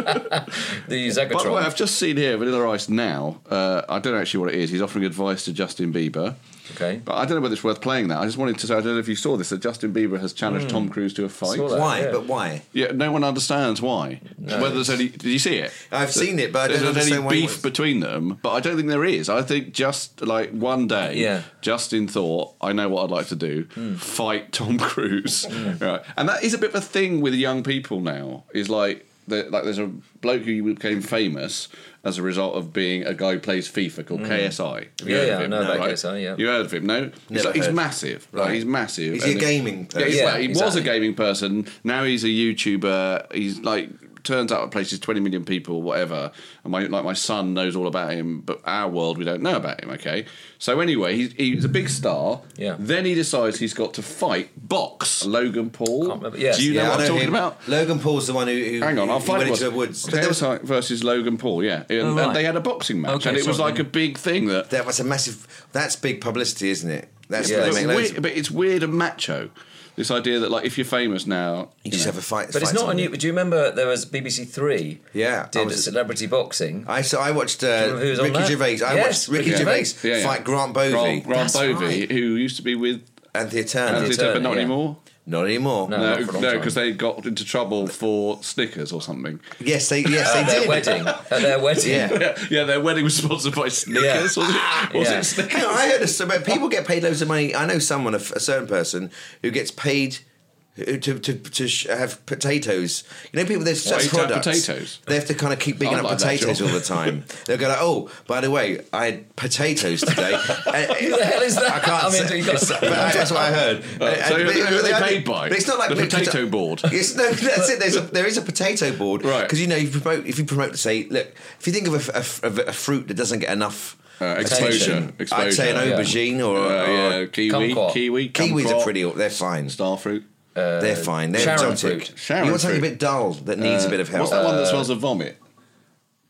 Speaker 1: the way,
Speaker 2: Zagatron.
Speaker 1: I've just seen here Vanilla Ice now. Uh, I don't know actually what it is. He's offering advice to Justin Bieber.
Speaker 2: Okay.
Speaker 1: But I don't know whether it's worth playing that. I just wanted to say, I don't know if you saw this, that Justin Bieber has challenged Tom Cruise to a fight.
Speaker 2: Hmm. Saw that.
Speaker 3: Why?
Speaker 2: yeah.
Speaker 3: But why?
Speaker 1: Yeah, no one understands why. Whether there's any, did you see it?
Speaker 3: I've seen it, but I
Speaker 1: There's
Speaker 3: don't
Speaker 1: not
Speaker 3: understand
Speaker 1: any
Speaker 3: why it
Speaker 1: beef
Speaker 3: was-
Speaker 1: between them, but I don't think there is. I think just like one day,
Speaker 2: Yeah. Hmm.
Speaker 1: Justin thought, I know what I'd like to do: fight Tom <laughs> Cruise. Right, and that is a bit of a thing with young people now. Is like. the- Like there's a bloke who became famous as a result of being a guy who plays FIFA called KSI. Have you
Speaker 2: Hmm. Yeah,
Speaker 1: heard
Speaker 2: yeah,
Speaker 1: of
Speaker 2: I
Speaker 1: him?
Speaker 2: know about
Speaker 1: right?
Speaker 2: KSI, yeah.
Speaker 1: you heard of him? No, he's,
Speaker 3: Never
Speaker 1: like, he's
Speaker 3: heard.
Speaker 1: massive. Right,
Speaker 3: Right.
Speaker 1: he's massive.
Speaker 3: Is he a
Speaker 1: and
Speaker 3: gaming
Speaker 1: Yeah, he's
Speaker 2: person?
Speaker 1: ma- he
Speaker 2: Yeah,
Speaker 1: was a
Speaker 2: exactly.
Speaker 1: gaming person. Now he's a YouTuber. He's like turns out at places twenty million people, whatever. And my like my son knows all about him, but our world we don't know about him. Okay, so anyway, he's he's a big star.
Speaker 2: Yeah.
Speaker 1: Then he decides he's got to fight box Logan Paul.
Speaker 2: Can't remember- yes,
Speaker 1: Do you
Speaker 2: yeah,
Speaker 1: know
Speaker 3: I
Speaker 1: what I'm talking
Speaker 3: him.
Speaker 1: about?
Speaker 3: Logan Paul's the one who, who
Speaker 1: Hang on,
Speaker 3: who
Speaker 1: I'll find
Speaker 3: went
Speaker 1: it
Speaker 3: into the
Speaker 1: was.
Speaker 3: woods. But there was,
Speaker 1: KSI versus Logan Paul, yeah, and,
Speaker 2: Oh,
Speaker 1: and
Speaker 2: right.
Speaker 1: they had a boxing match,
Speaker 2: Okay,
Speaker 1: and it was
Speaker 2: sorry.
Speaker 1: like a big thing that
Speaker 3: that was a massive. That's big publicity, isn't it? That's
Speaker 2: Yeah.
Speaker 3: yeah,
Speaker 1: but,
Speaker 3: make
Speaker 1: it's
Speaker 3: loads
Speaker 1: weird, but it's weird and macho. This idea that like if you're famous now,
Speaker 3: You just have a fight.
Speaker 2: But it's not
Speaker 3: fight
Speaker 2: a
Speaker 3: someone.
Speaker 2: new. Do you remember there was BBC Three?
Speaker 3: Yeah, I
Speaker 2: Did
Speaker 3: was-
Speaker 2: celebrity boxing.
Speaker 3: I so I watched uh,
Speaker 2: remember who was on
Speaker 3: Ricky
Speaker 2: that?
Speaker 3: Gervais. I
Speaker 2: Yes,
Speaker 3: watched Ricky
Speaker 2: Ricky
Speaker 3: Gervais
Speaker 2: Gervais.
Speaker 1: Yeah, yeah.
Speaker 3: fight Grant Bovey.
Speaker 1: Grant, Grant
Speaker 3: That's
Speaker 1: Bovey,
Speaker 3: right.
Speaker 1: who used to be with
Speaker 3: and the attorney.
Speaker 1: Anthony
Speaker 2: Anthony
Speaker 1: Turner, but
Speaker 2: Turner,
Speaker 1: not
Speaker 2: yeah.
Speaker 1: anymore.
Speaker 3: Not anymore.
Speaker 2: No.
Speaker 1: No,
Speaker 2: not for a long
Speaker 1: no,
Speaker 2: time.
Speaker 1: because they got into trouble for Snickers or something.
Speaker 3: Yes, they yes
Speaker 2: At
Speaker 3: they
Speaker 2: their
Speaker 3: did.
Speaker 2: wedding. At their wedding.
Speaker 3: <laughs> Yeah.
Speaker 1: Yeah, yeah, their wedding was sponsored by Snickers. Was
Speaker 3: <laughs>
Speaker 1: it? Was
Speaker 2: Yeah.
Speaker 1: it <laughs> Snickers?
Speaker 3: Hang on, I heard a, so people get paid loads of money. I know someone, a, f- a certain person, who gets paid who- to to, to sh- have potatoes. You know, people there's
Speaker 1: What,
Speaker 3: such
Speaker 1: eat out
Speaker 3: products.
Speaker 1: potatoes?
Speaker 3: They have to kind of keep bigging
Speaker 1: I'd
Speaker 3: up
Speaker 1: like that
Speaker 3: potatoes
Speaker 1: job.
Speaker 3: all the
Speaker 1: <laughs>
Speaker 3: time. They'll go like, oh, by the way, I had potatoes
Speaker 1: <laughs>
Speaker 3: today. Who
Speaker 2: the hell is that?
Speaker 3: I can't.
Speaker 2: I mean,
Speaker 3: say,
Speaker 2: you gotta-
Speaker 3: but I- that's what I heard.
Speaker 1: Right, Uh, so
Speaker 3: And-
Speaker 1: who- who are they
Speaker 3: but-
Speaker 1: paid by?
Speaker 3: But it's not like
Speaker 1: The potato board.
Speaker 3: <laughs> It's no, that's it.
Speaker 1: <laughs>
Speaker 3: There's a, there is a potato board,
Speaker 1: Right.
Speaker 3: Because you know, you promote if you promote, say, look, if you think of a f- a, f- of a fruit that doesn't get enough
Speaker 1: Uh,
Speaker 3: attention,
Speaker 1: exposure, exposure.
Speaker 3: I'd say an
Speaker 2: Yeah.
Speaker 3: aubergine or,
Speaker 1: Uh,
Speaker 3: or
Speaker 1: yeah, kiwi,
Speaker 2: Kumquat.
Speaker 1: kiwi,
Speaker 3: kiwis
Speaker 1: kumquat,
Speaker 3: are pretty. They're fine.
Speaker 1: starfruit.
Speaker 3: they're fine. They're
Speaker 2: Uh, Sharon
Speaker 3: exotic.
Speaker 2: fruit. Uh,
Speaker 1: Sharon
Speaker 3: you want something a
Speaker 1: fruit.
Speaker 3: bit dull that needs a bit of help.
Speaker 1: Uh, What's that one that smells of vomit?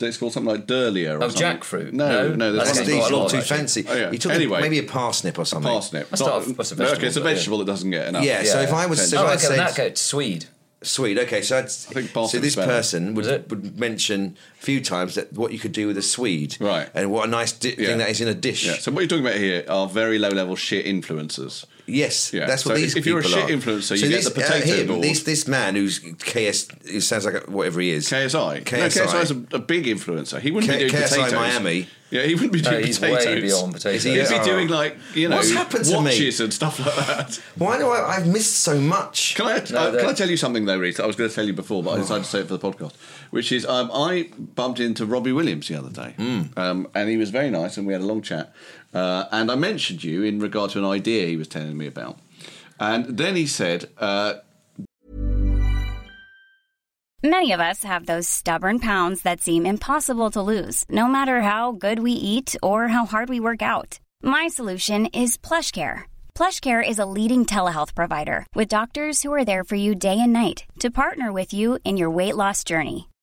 Speaker 1: It's called something like Durlia or
Speaker 2: Oh,
Speaker 1: something.
Speaker 2: jackfruit.
Speaker 1: No,
Speaker 2: No.
Speaker 1: no,
Speaker 2: That's
Speaker 1: there's
Speaker 3: That's
Speaker 1: one
Speaker 2: not
Speaker 3: these
Speaker 2: Uh, a lot,
Speaker 3: not too
Speaker 2: actually.
Speaker 3: fancy.
Speaker 1: Oh, yeah.
Speaker 3: You took a-
Speaker 1: Anyway.
Speaker 3: maybe a parsnip or something.
Speaker 1: parsnip.
Speaker 2: That's
Speaker 1: Not-
Speaker 2: not a- that's a
Speaker 1: no, okay, it's a
Speaker 2: vegetable, yeah.
Speaker 1: vegetable that doesn't get enough.
Speaker 3: Yeah, so if I was-
Speaker 2: Oh,
Speaker 3: So I'd
Speaker 2: okay.
Speaker 3: say
Speaker 2: In that
Speaker 3: it's-
Speaker 2: case, Swede.
Speaker 3: Sweet. Okay, so I'd,
Speaker 1: think
Speaker 3: so
Speaker 1: Boston's
Speaker 3: this
Speaker 1: better.
Speaker 3: person
Speaker 2: Was it?
Speaker 3: would, would mention a few times that what you could do with a swede,
Speaker 1: Right.
Speaker 3: And what a nice di-
Speaker 1: Yeah.
Speaker 3: thing that is in a dish.
Speaker 1: Yeah, so what you're talking about here are very low level shit influencers.
Speaker 3: Yes,
Speaker 1: Yeah,
Speaker 3: that's what
Speaker 1: so
Speaker 3: these
Speaker 1: if you're a
Speaker 3: people
Speaker 1: shit
Speaker 3: are.
Speaker 1: influencer, you get the potato
Speaker 3: him,
Speaker 1: board.
Speaker 3: This this man who's KS, who sounds like a, whatever he is.
Speaker 1: KSI. No,
Speaker 3: KSI.
Speaker 1: KSI is a, a big influencer. He wouldn't
Speaker 3: K-
Speaker 1: be doing
Speaker 3: KSI
Speaker 1: potatoes.
Speaker 3: Miami.
Speaker 1: Yeah, he wouldn't be
Speaker 2: No,
Speaker 1: doing
Speaker 2: he's
Speaker 1: potatoes.
Speaker 2: way beyond potatoes.
Speaker 3: Is
Speaker 1: He'd
Speaker 3: Yeah.
Speaker 1: be doing like you know
Speaker 3: What's happened to me?
Speaker 1: watches and stuff like that. <laughs>
Speaker 3: Why do I? I've missed so much.
Speaker 1: Can I uh,
Speaker 2: they're-
Speaker 1: can I tell you something though, Reece? that I was going to tell you before, but I decided to say it for the podcast. Which is, um, I bumped into Robbie Williams the other day,
Speaker 3: Hmm.
Speaker 1: um, and he was very nice, and we had a long chat. Uh, and I mentioned you in regard to an idea he was telling me about, and then he said, uh,
Speaker 6: Many of us have those stubborn pounds that seem impossible to lose, no matter how good we eat or how hard we work out. My solution is PlushCare. PlushCare is a leading telehealth provider with doctors who are there for you day and night to partner with you in your weight loss journey.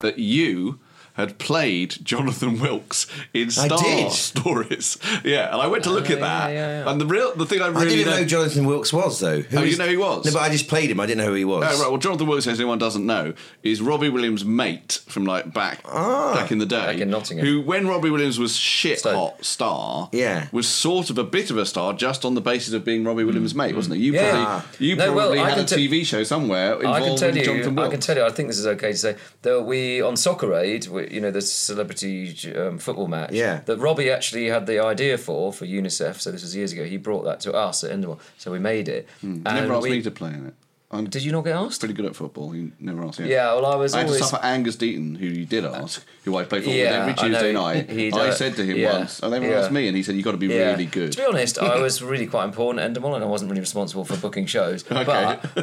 Speaker 1: that you had played Jonathan Wilkes in Star
Speaker 3: did. Oh,
Speaker 1: Stories. <laughs> Yeah, and I went to look at that, and the real the thing I
Speaker 3: I
Speaker 1: really
Speaker 3: didn't even know
Speaker 1: don't-
Speaker 3: who Jonathan Wilkes was though. Who
Speaker 1: Oh, you
Speaker 3: is-
Speaker 1: know who he was?
Speaker 3: No, but I just played him. I didn't know who he was.
Speaker 1: Oh, right. Well, Jonathan Wilkes, as anyone doesn't know, is Robbie Williams' mate from like back
Speaker 3: Ah.
Speaker 1: back in the day, back in Nottingham. Who, when Robbie Williams was shit hot star,
Speaker 3: Yeah.
Speaker 1: was sort of a bit of a star just on the basis of being Robbie
Speaker 3: Mm.
Speaker 1: Williams' mate, wasn't it? You
Speaker 2: Yeah. Ah.
Speaker 1: probably you
Speaker 2: No, well,
Speaker 1: probably
Speaker 2: I
Speaker 1: had
Speaker 2: can
Speaker 1: a
Speaker 2: t-
Speaker 1: TV show somewhere
Speaker 2: I can
Speaker 1: involving
Speaker 2: tell you,
Speaker 1: Jonathan
Speaker 2: I
Speaker 1: Wilkes.
Speaker 2: can tell you. I think this is okay to say that we on Soccer Aid, we, you know, the celebrity um, football match.
Speaker 3: Yeah.
Speaker 2: That Robbie actually had the idea for for UNICEF. So this was years ago. He brought that to us at Endemol. So we made it.
Speaker 1: Hmm.
Speaker 2: And
Speaker 1: Never asked
Speaker 2: we-
Speaker 1: me to play in it. I'm
Speaker 2: Did you not get asked?
Speaker 1: Pretty good at football. You never asked.
Speaker 2: Yeah, well, I was
Speaker 1: I
Speaker 2: always-
Speaker 1: had to suffer Angus Deaton, who you did ask, who I play football
Speaker 2: Yeah,
Speaker 1: with
Speaker 2: I
Speaker 1: every Tuesday
Speaker 2: know.
Speaker 1: night.
Speaker 2: He- he
Speaker 1: I
Speaker 2: does.
Speaker 1: said to him
Speaker 2: Yeah.
Speaker 1: once, and everyone
Speaker 2: Yeah.
Speaker 1: asked me, and he said, "You got to be
Speaker 2: Yeah.
Speaker 1: really good."
Speaker 2: To be
Speaker 1: <laughs>
Speaker 2: honest, I was really quite important at Endemol, and I wasn't really responsible for booking
Speaker 1: <laughs>
Speaker 2: shows. But,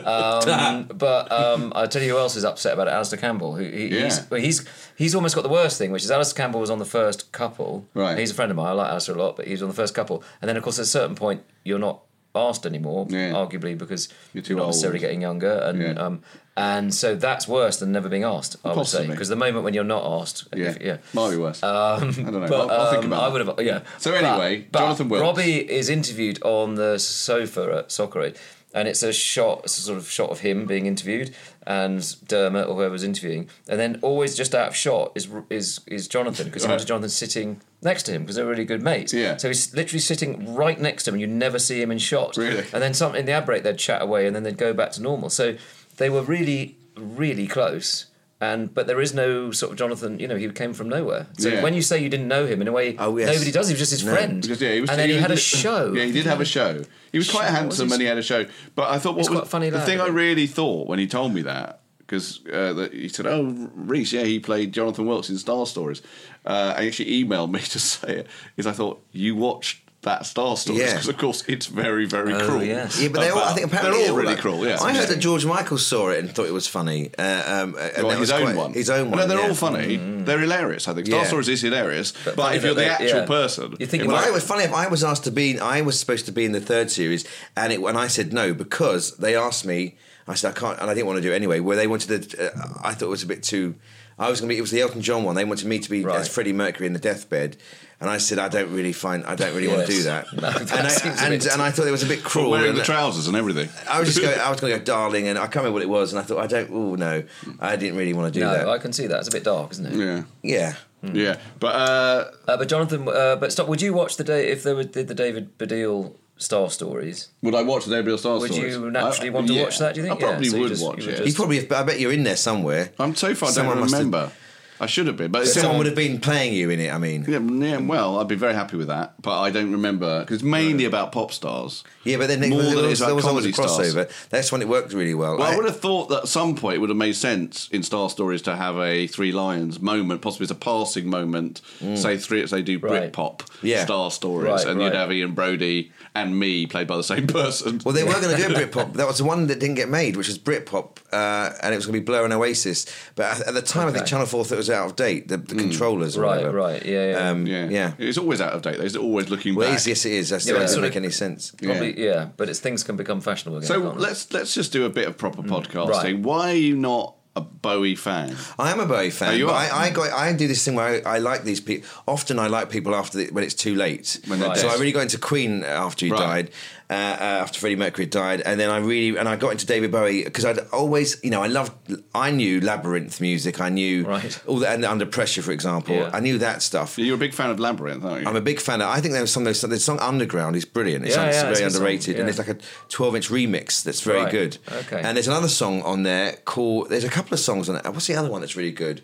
Speaker 2: um, but um, I tell you who else is upset about it: Alistair Campbell. Who he,
Speaker 1: Yeah.
Speaker 2: he's, well, he's he's almost got the worst thing, which is Alistair Campbell was on the first couple.
Speaker 1: Right.
Speaker 2: He's a friend of mine. I like Alistair a lot, but he was on the first couple, and then of course at a certain point you're not asked anymore, arguably because you're,
Speaker 1: too
Speaker 2: not
Speaker 1: old.
Speaker 2: necessarily getting younger, and
Speaker 1: Yeah.
Speaker 2: um, and so that's worse than never being asked. I would say
Speaker 1: Possibly.
Speaker 2: because the moment when you're not asked,
Speaker 1: Yeah.
Speaker 2: if- yeah.
Speaker 1: Might be worse. I don't know.
Speaker 2: um, But,
Speaker 1: I'll, I'll think
Speaker 2: um,
Speaker 1: about.
Speaker 2: I
Speaker 1: that.
Speaker 2: would have, yeah.
Speaker 1: So
Speaker 2: But-
Speaker 1: anyway,
Speaker 2: but
Speaker 1: Jonathan Wilkes.
Speaker 2: Robbie is interviewed on the sofa at Soccer Aid, and it's a shot, it's a sort of shot of him being interviewed, and Dermot or whoever's interviewing, and then always just out of shot is is is Jonathan because
Speaker 1: Right.
Speaker 2: sometimes Jonathan's sitting next to him because they're really good mates. Yeah. So he's literally sitting right next to him, and you never see him in shot.
Speaker 1: Really?
Speaker 2: And then some in the ad break they'd chat away, and then they'd go back to normal. So they were really, really close. And but there is no sort of Jonathan. You know, he came from nowhere. So
Speaker 1: Yeah. Oh,
Speaker 2: when you say you didn't know him in a way,
Speaker 1: yes.
Speaker 2: nobody does. He was just his
Speaker 1: No.
Speaker 2: friend.
Speaker 1: Because, yeah, he was-
Speaker 2: and then he,
Speaker 1: was
Speaker 2: had a
Speaker 1: li-
Speaker 2: show. Mm.
Speaker 1: Yeah, he did have a show. He was quite
Speaker 2: Show,
Speaker 1: handsome
Speaker 2: was
Speaker 1: and he had a show. But I thought what
Speaker 2: He's
Speaker 1: was
Speaker 2: quite a funny
Speaker 1: the
Speaker 2: lad,
Speaker 1: thing
Speaker 2: I
Speaker 1: I
Speaker 2: think.
Speaker 1: really thought when he told me that because uh, that he said, "Oh, Reese, yeah, he played Jonathan Wilkes in Star Stories." Uh, and he actually emailed <laughs> me to say it is I thought you watched. That Star Stories,
Speaker 3: Yeah.
Speaker 1: because of course it's very, very
Speaker 2: Oh,
Speaker 1: cruel.
Speaker 2: yes.
Speaker 3: Yeah, but they all, I think
Speaker 1: About-
Speaker 3: apparently
Speaker 1: they're all really
Speaker 3: like-
Speaker 1: cruel. Yeah,
Speaker 3: I heard that George Michael saw it and thought it was funny. Uh, um, and
Speaker 1: Well, his
Speaker 3: that was
Speaker 1: own
Speaker 3: quite-
Speaker 1: one.
Speaker 3: His own
Speaker 1: No,
Speaker 3: one.
Speaker 1: they're
Speaker 3: yeah.
Speaker 1: all funny. They're hilarious. I think Star
Speaker 3: Yeah.
Speaker 1: Stories is hilarious, but,
Speaker 2: Mm. funny
Speaker 1: if you're
Speaker 2: that
Speaker 1: the
Speaker 2: they-
Speaker 1: actual
Speaker 2: yeah.
Speaker 1: person,
Speaker 2: You think
Speaker 1: it
Speaker 3: Well,
Speaker 1: might-
Speaker 3: I was funny. enough, I was asked to be. I was supposed to be in the third series, and it, and I said no because they asked me. I said I can't, and I didn't want to do it anyway. Where they wanted to, uh, I thought it was a bit too. I was going to be. It was the Elton John one. They wanted me to be as Freddie Mercury in the deathbed, and I said I don't really find. I don't really want to
Speaker 2: Yes.
Speaker 3: do that.
Speaker 2: <laughs> No, that
Speaker 3: and I,
Speaker 2: seems a
Speaker 3: and,
Speaker 2: bit-
Speaker 3: and I thought it was
Speaker 2: <laughs>
Speaker 3: a bit cruel.
Speaker 1: wearing
Speaker 3: and
Speaker 1: the trousers and everything. <laughs>
Speaker 3: I was just going. I was going to go, darling, and I can't remember what it was. And I thought I don't. Oh no, I didn't really want to do
Speaker 2: no,
Speaker 3: that.
Speaker 2: I can see that. It's a bit dark, isn't it?
Speaker 1: yeah,
Speaker 3: yeah.
Speaker 2: Hmm.
Speaker 1: yeah. But uh,
Speaker 2: Uh, but Jonathan, uh, but stop. Would you watch the day if they were, did the David Baddiel Star Stories?
Speaker 1: Would I watch the Gabriel Star
Speaker 2: Would
Speaker 1: Stories?
Speaker 2: you naturally
Speaker 1: I-
Speaker 2: want to
Speaker 1: yeah,
Speaker 2: watch that, do you think?
Speaker 1: I
Speaker 2: Yeah,
Speaker 1: probably
Speaker 2: so you
Speaker 1: would
Speaker 2: just-
Speaker 1: watch
Speaker 2: you would
Speaker 1: it.
Speaker 2: just-
Speaker 3: You probably. I bet you're in there somewhere.
Speaker 1: I'm so far I
Speaker 3: Someone
Speaker 1: don't
Speaker 3: must have-
Speaker 1: remember. I should have been, but
Speaker 3: Someone would have been playing you in it. I mean.
Speaker 1: Yeah, yeah, well, I'd be very happy with that, but I don't remember because it's mainly about pop stars.
Speaker 3: Yeah, but then there,
Speaker 1: More
Speaker 3: there
Speaker 1: than it
Speaker 3: was,
Speaker 1: is
Speaker 3: there
Speaker 1: like
Speaker 3: was always a
Speaker 1: comedy stars.
Speaker 3: crossover. That's when it worked really well.
Speaker 1: Well, I,
Speaker 3: I-
Speaker 1: would have thought that at some point it would have made sense in Star Stories to have a Three Lions moment, possibly it's a passing moment. Say three, as they do
Speaker 2: Right.
Speaker 1: Britpop
Speaker 3: Hmm. Yeah.
Speaker 1: Star Stories,
Speaker 2: Right,
Speaker 1: and
Speaker 2: right.
Speaker 1: you'd have Ian Brody and me played by the same <laughs> person.
Speaker 3: well, they were going to do Britpop. That was the one that didn't get made, which was Britpop, uh, and it was going to be Blur and Oasis. But at, at the time, I think
Speaker 2: Okay.
Speaker 3: Channel Four thought it was out of date. The, the controllers, or
Speaker 2: Right,
Speaker 3: whatever.
Speaker 2: right, yeah, yeah.
Speaker 3: Um,
Speaker 1: yeah.
Speaker 3: yeah.
Speaker 1: it's always out of date. They're always looking
Speaker 3: Well,
Speaker 1: back.
Speaker 3: yes, yes, it is. That
Speaker 2: but
Speaker 3: still
Speaker 2: it's
Speaker 3: doesn't
Speaker 2: sort of-
Speaker 3: make any sense.
Speaker 2: Probably, yeah. But it's things can become fashionable again.
Speaker 1: So
Speaker 2: can't they?
Speaker 1: let's let's just do a bit of
Speaker 3: Mm.
Speaker 1: proper podcasting.
Speaker 2: Right.
Speaker 1: Why are you not a Bowie fan?
Speaker 3: I am a Bowie fan.
Speaker 1: Oh, you
Speaker 3: but
Speaker 1: are?
Speaker 3: I, I, got, I do this thing where I, I like these people. Often I like people after the, when it's too late.
Speaker 1: When they're
Speaker 3: So
Speaker 1: dead.
Speaker 3: I really got into Queen after he
Speaker 1: Right.
Speaker 3: died, uh, uh, after Freddie Mercury died, and then I really and I got into David Bowie because I'd always, you know, I loved, I knew labyrinth music. I knew
Speaker 2: Right.
Speaker 3: all that, and Under Pressure, for example.
Speaker 2: Yeah.
Speaker 3: I knew that stuff.
Speaker 1: You're a big fan of Labyrinth, aren't you?
Speaker 3: I'm a big fan. Of, I think there was some of those. The song Underground is brilliant. It's,
Speaker 2: Yeah,
Speaker 3: un- it's
Speaker 2: yeah, it's a
Speaker 3: very
Speaker 2: good song,
Speaker 3: underrated,
Speaker 2: yeah.
Speaker 3: and it's like a 12 inch remix that's very
Speaker 2: Right,
Speaker 3: good.
Speaker 2: okay.
Speaker 3: And there's another song on there called. There's a couple of songs on it. What's the other one that's really good?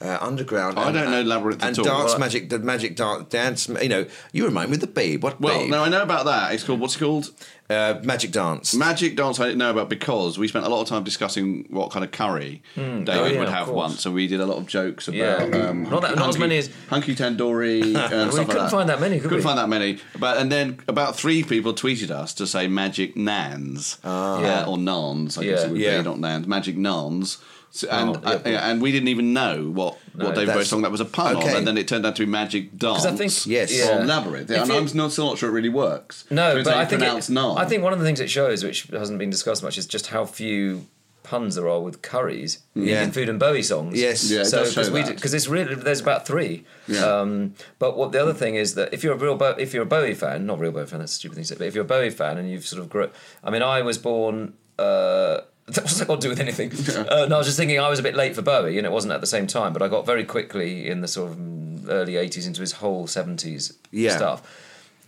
Speaker 3: Uh, underground.
Speaker 1: I
Speaker 3: and-
Speaker 1: don't know Labyrinth
Speaker 3: and
Speaker 1: at all.
Speaker 3: Dance
Speaker 1: Well,
Speaker 3: Magic. The Magic Dance Dance. You know, you remind me of the Babe. What
Speaker 1: well,
Speaker 3: Babe?
Speaker 1: no, I know about that. It's called what's it called?
Speaker 3: uh, Magic Dance.
Speaker 1: Magic Dance. I didn't know about because we spent a lot of time discussing what kind of curry David
Speaker 2: Oh, yeah,
Speaker 1: would
Speaker 2: of
Speaker 1: have
Speaker 2: course.
Speaker 1: once, and we did a lot of jokes about
Speaker 2: Yeah.
Speaker 1: um,
Speaker 2: Not that- not as many as-
Speaker 1: hunky
Speaker 2: <laughs>
Speaker 1: tandoori. and stuff like
Speaker 2: couldn't find that many, could
Speaker 1: couldn't
Speaker 2: we?
Speaker 1: find that many. But and then about three people tweeted us to say magic nans uh,
Speaker 2: Ah. Yeah.
Speaker 1: or nans. I guess
Speaker 2: Yeah. Oh,
Speaker 1: it would
Speaker 3: Yeah.
Speaker 1: be not nans, magic nans. So- and
Speaker 2: yeah,
Speaker 1: uh, yeah, and we didn't even know what what David Bowie song that was a pun on, and then it turned out to be Magic Dance.
Speaker 2: 'Cause I think- Yes. yeah.
Speaker 1: from Labyrinth.
Speaker 2: If
Speaker 1: And
Speaker 2: it-
Speaker 1: I'm not, still not sure it really works.
Speaker 2: No,
Speaker 1: Turns
Speaker 2: but
Speaker 1: out
Speaker 2: I
Speaker 1: it's
Speaker 2: think
Speaker 1: pronounced
Speaker 2: it,
Speaker 1: Narn.
Speaker 2: I think one of the things it shows, which hasn't been discussed much, is just how few puns there are with curries
Speaker 3: Yeah.
Speaker 2: in food and Bowie songs.
Speaker 3: Yes. Yeah, it
Speaker 2: so
Speaker 3: does show
Speaker 2: because we
Speaker 3: that.
Speaker 2: because it's really there's about three.
Speaker 3: Yeah.
Speaker 2: Um, but what the other thing is that if you're a real Bo- if you're a Bowie fan, not a real Bowie fan, that's a stupid thing to say. But if you're a Bowie fan and you've sort of grew, I mean, I was born. Uh, <laughs> What's that got to do with
Speaker 3: <laughs>
Speaker 2: anything? Uh, no, I was just thinking I was a bit late for Bowie, and it wasn't at the same time. But I got very quickly in the sort of mm, early '80s into his whole '70s
Speaker 3: Yeah.
Speaker 2: stuff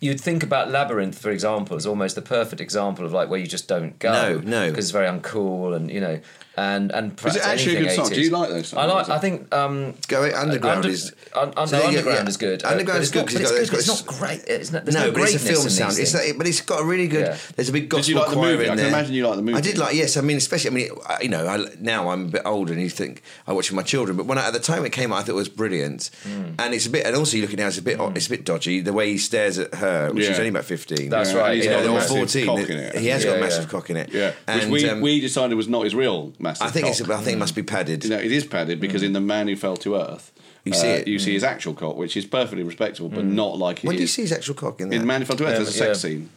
Speaker 2: you'd think about labyrinth for example as almost the perfect example of like where you just don't go
Speaker 3: No, no.
Speaker 2: because it's very uncool and you know and and perhaps
Speaker 3: actually a
Speaker 2: anything
Speaker 3: good song?
Speaker 2: 80s.
Speaker 3: Do you like those
Speaker 2: I like
Speaker 3: songs?
Speaker 2: I think um
Speaker 3: Go underground
Speaker 2: Under-
Speaker 3: is
Speaker 2: un- un-
Speaker 3: So
Speaker 2: no,
Speaker 3: yeah,
Speaker 2: underground
Speaker 3: yeah.
Speaker 2: is good Uh,
Speaker 3: Underground
Speaker 2: but
Speaker 3: is good
Speaker 2: it's
Speaker 3: because
Speaker 2: not, but
Speaker 3: got,
Speaker 2: it's good,
Speaker 3: got-
Speaker 2: it's not great it's not, there's
Speaker 3: no,
Speaker 2: no,
Speaker 3: but it's a
Speaker 2: greatness in
Speaker 3: film
Speaker 2: these
Speaker 3: sound. It's
Speaker 2: things.
Speaker 3: like, but it's got a really good.
Speaker 2: Yeah.
Speaker 3: There's a big
Speaker 2: Did you
Speaker 3: gospel
Speaker 2: like the
Speaker 3: choir
Speaker 2: movie?
Speaker 3: in
Speaker 2: I can
Speaker 3: there.
Speaker 2: imagine you like the movie.
Speaker 3: I did like. Yes, I mean, especially. I mean, I, you know, I, now I'm a bit older, and you think I watch it with my children. But when I, at the time it came out, I thought it was brilliant.
Speaker 2: Mm.
Speaker 3: And it's a bit. And also, you look at it now, it's a bit. It's a bit dodgy. The way he stares at her, which
Speaker 1: Yeah.
Speaker 3: is only about fifteen.
Speaker 1: That's right, he's got a
Speaker 3: or
Speaker 1: massive
Speaker 3: fourteen.
Speaker 1: cock in it.
Speaker 3: He has got
Speaker 1: Yeah,
Speaker 3: a massive
Speaker 1: yeah.
Speaker 3: cock in it.
Speaker 1: Yeah,
Speaker 3: And,
Speaker 1: which we,
Speaker 3: um,
Speaker 1: we decided was not his real massive.
Speaker 3: I think
Speaker 1: cock.
Speaker 3: it's- I think it must be padded.
Speaker 1: No, it is padded because in the Man Who Fell to Earth, uh,
Speaker 3: You see it. Mm.
Speaker 1: You see his actual cock, which is perfectly respectable, but not like
Speaker 3: when
Speaker 1: his.
Speaker 3: do you see his actual cock in
Speaker 1: in
Speaker 3: that?
Speaker 1: Man Who Fell to Earth? there's a sex scene.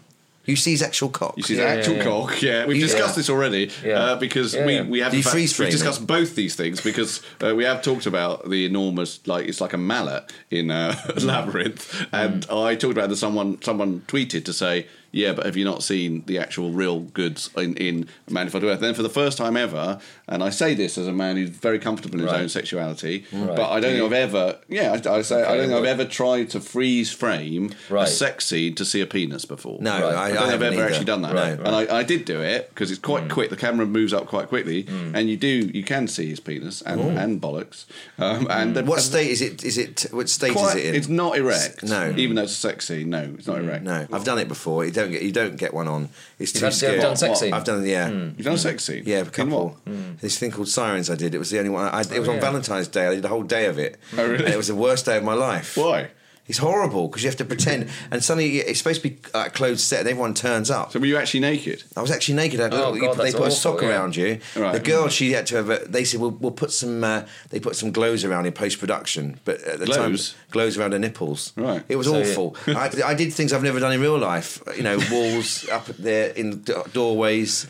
Speaker 3: You see his actual cock.
Speaker 1: You see the actual cock. Yeah, we've
Speaker 3: You-
Speaker 1: discussed
Speaker 3: yeah.
Speaker 1: this already
Speaker 3: Yeah.
Speaker 1: uh, because
Speaker 3: Yeah,
Speaker 1: we
Speaker 3: yeah.
Speaker 1: we have
Speaker 3: Do
Speaker 1: in
Speaker 3: you
Speaker 1: fact,
Speaker 3: freeze frame
Speaker 1: we've
Speaker 3: it?
Speaker 1: discussed both these things because uh, we have talked about the enormous like it's like a mallet in uh, <laughs> labyrinth, and
Speaker 3: Mm.
Speaker 1: I talked about that someone someone tweeted to say. Yeah, but have you not seen the actual real goods in, in Man Who Fell to Earth? Then, for the first time ever, and I say this as a man who's very comfortable in his
Speaker 3: Right.
Speaker 1: own sexuality,
Speaker 3: Right.
Speaker 1: but I don't think I've ever, yeah, I, I say I
Speaker 3: Okay,
Speaker 1: don't think I've
Speaker 3: well-
Speaker 1: ever tried to freeze frame
Speaker 3: Right.
Speaker 1: a sex scene to see a penis before.
Speaker 3: No, Right. I-
Speaker 1: I
Speaker 3: I
Speaker 1: don't think I've
Speaker 3: haven't
Speaker 1: ever
Speaker 3: either.
Speaker 1: actually done that.
Speaker 3: Right, Mm.
Speaker 1: And I, I did do it because it's quite quick. The camera moves up quite quickly, and you do you can see his penis and,
Speaker 3: Ooh. Mm.
Speaker 1: and bollocks. Um, and
Speaker 3: What state is it? Is it what state
Speaker 1: Quite-
Speaker 3: is it in?
Speaker 1: it's not erect.
Speaker 3: No, Mm,
Speaker 1: even though it's a sex scene. No, it's not erect.
Speaker 3: No, I've done it before. You don't get you don't get one on. It's
Speaker 1: You've
Speaker 3: too
Speaker 1: had-
Speaker 3: scary.
Speaker 1: you've done Hmm. sex
Speaker 3: What?
Speaker 1: scene?
Speaker 3: I've done yeah.
Speaker 1: You've done a sex scene.
Speaker 3: Yeah, a couple. This thing called Sirens. I did. It was the only one. I, it was
Speaker 1: Oh,
Speaker 3: on
Speaker 1: yeah.
Speaker 3: Valentine's Day. I did a whole day of it.
Speaker 1: Oh, really?
Speaker 3: And it was the worst day of my life.
Speaker 1: Why?
Speaker 3: It's horrible because you have to pretend, and suddenly it's supposed to be uh, a closed set, and everyone turns up. So
Speaker 1: were you actually
Speaker 3: <laughs>
Speaker 1: naked?
Speaker 3: I was actually naked. I had a
Speaker 2: Oh,
Speaker 3: little-
Speaker 2: God,
Speaker 3: they
Speaker 2: that's
Speaker 3: put a sock
Speaker 2: awful, yeah.
Speaker 3: around you.
Speaker 2: Right.
Speaker 3: The girl, she had to have. A, they said, "We'll, we'll put some." Uh, they put some glows around in post production, but at the
Speaker 1: Glows?
Speaker 3: time, glows around her nipples.
Speaker 1: Right.
Speaker 3: It was
Speaker 1: So, <laughs>
Speaker 3: awful. I, I did things I've never done in real life. You know, walls <laughs> up there in d- doorways.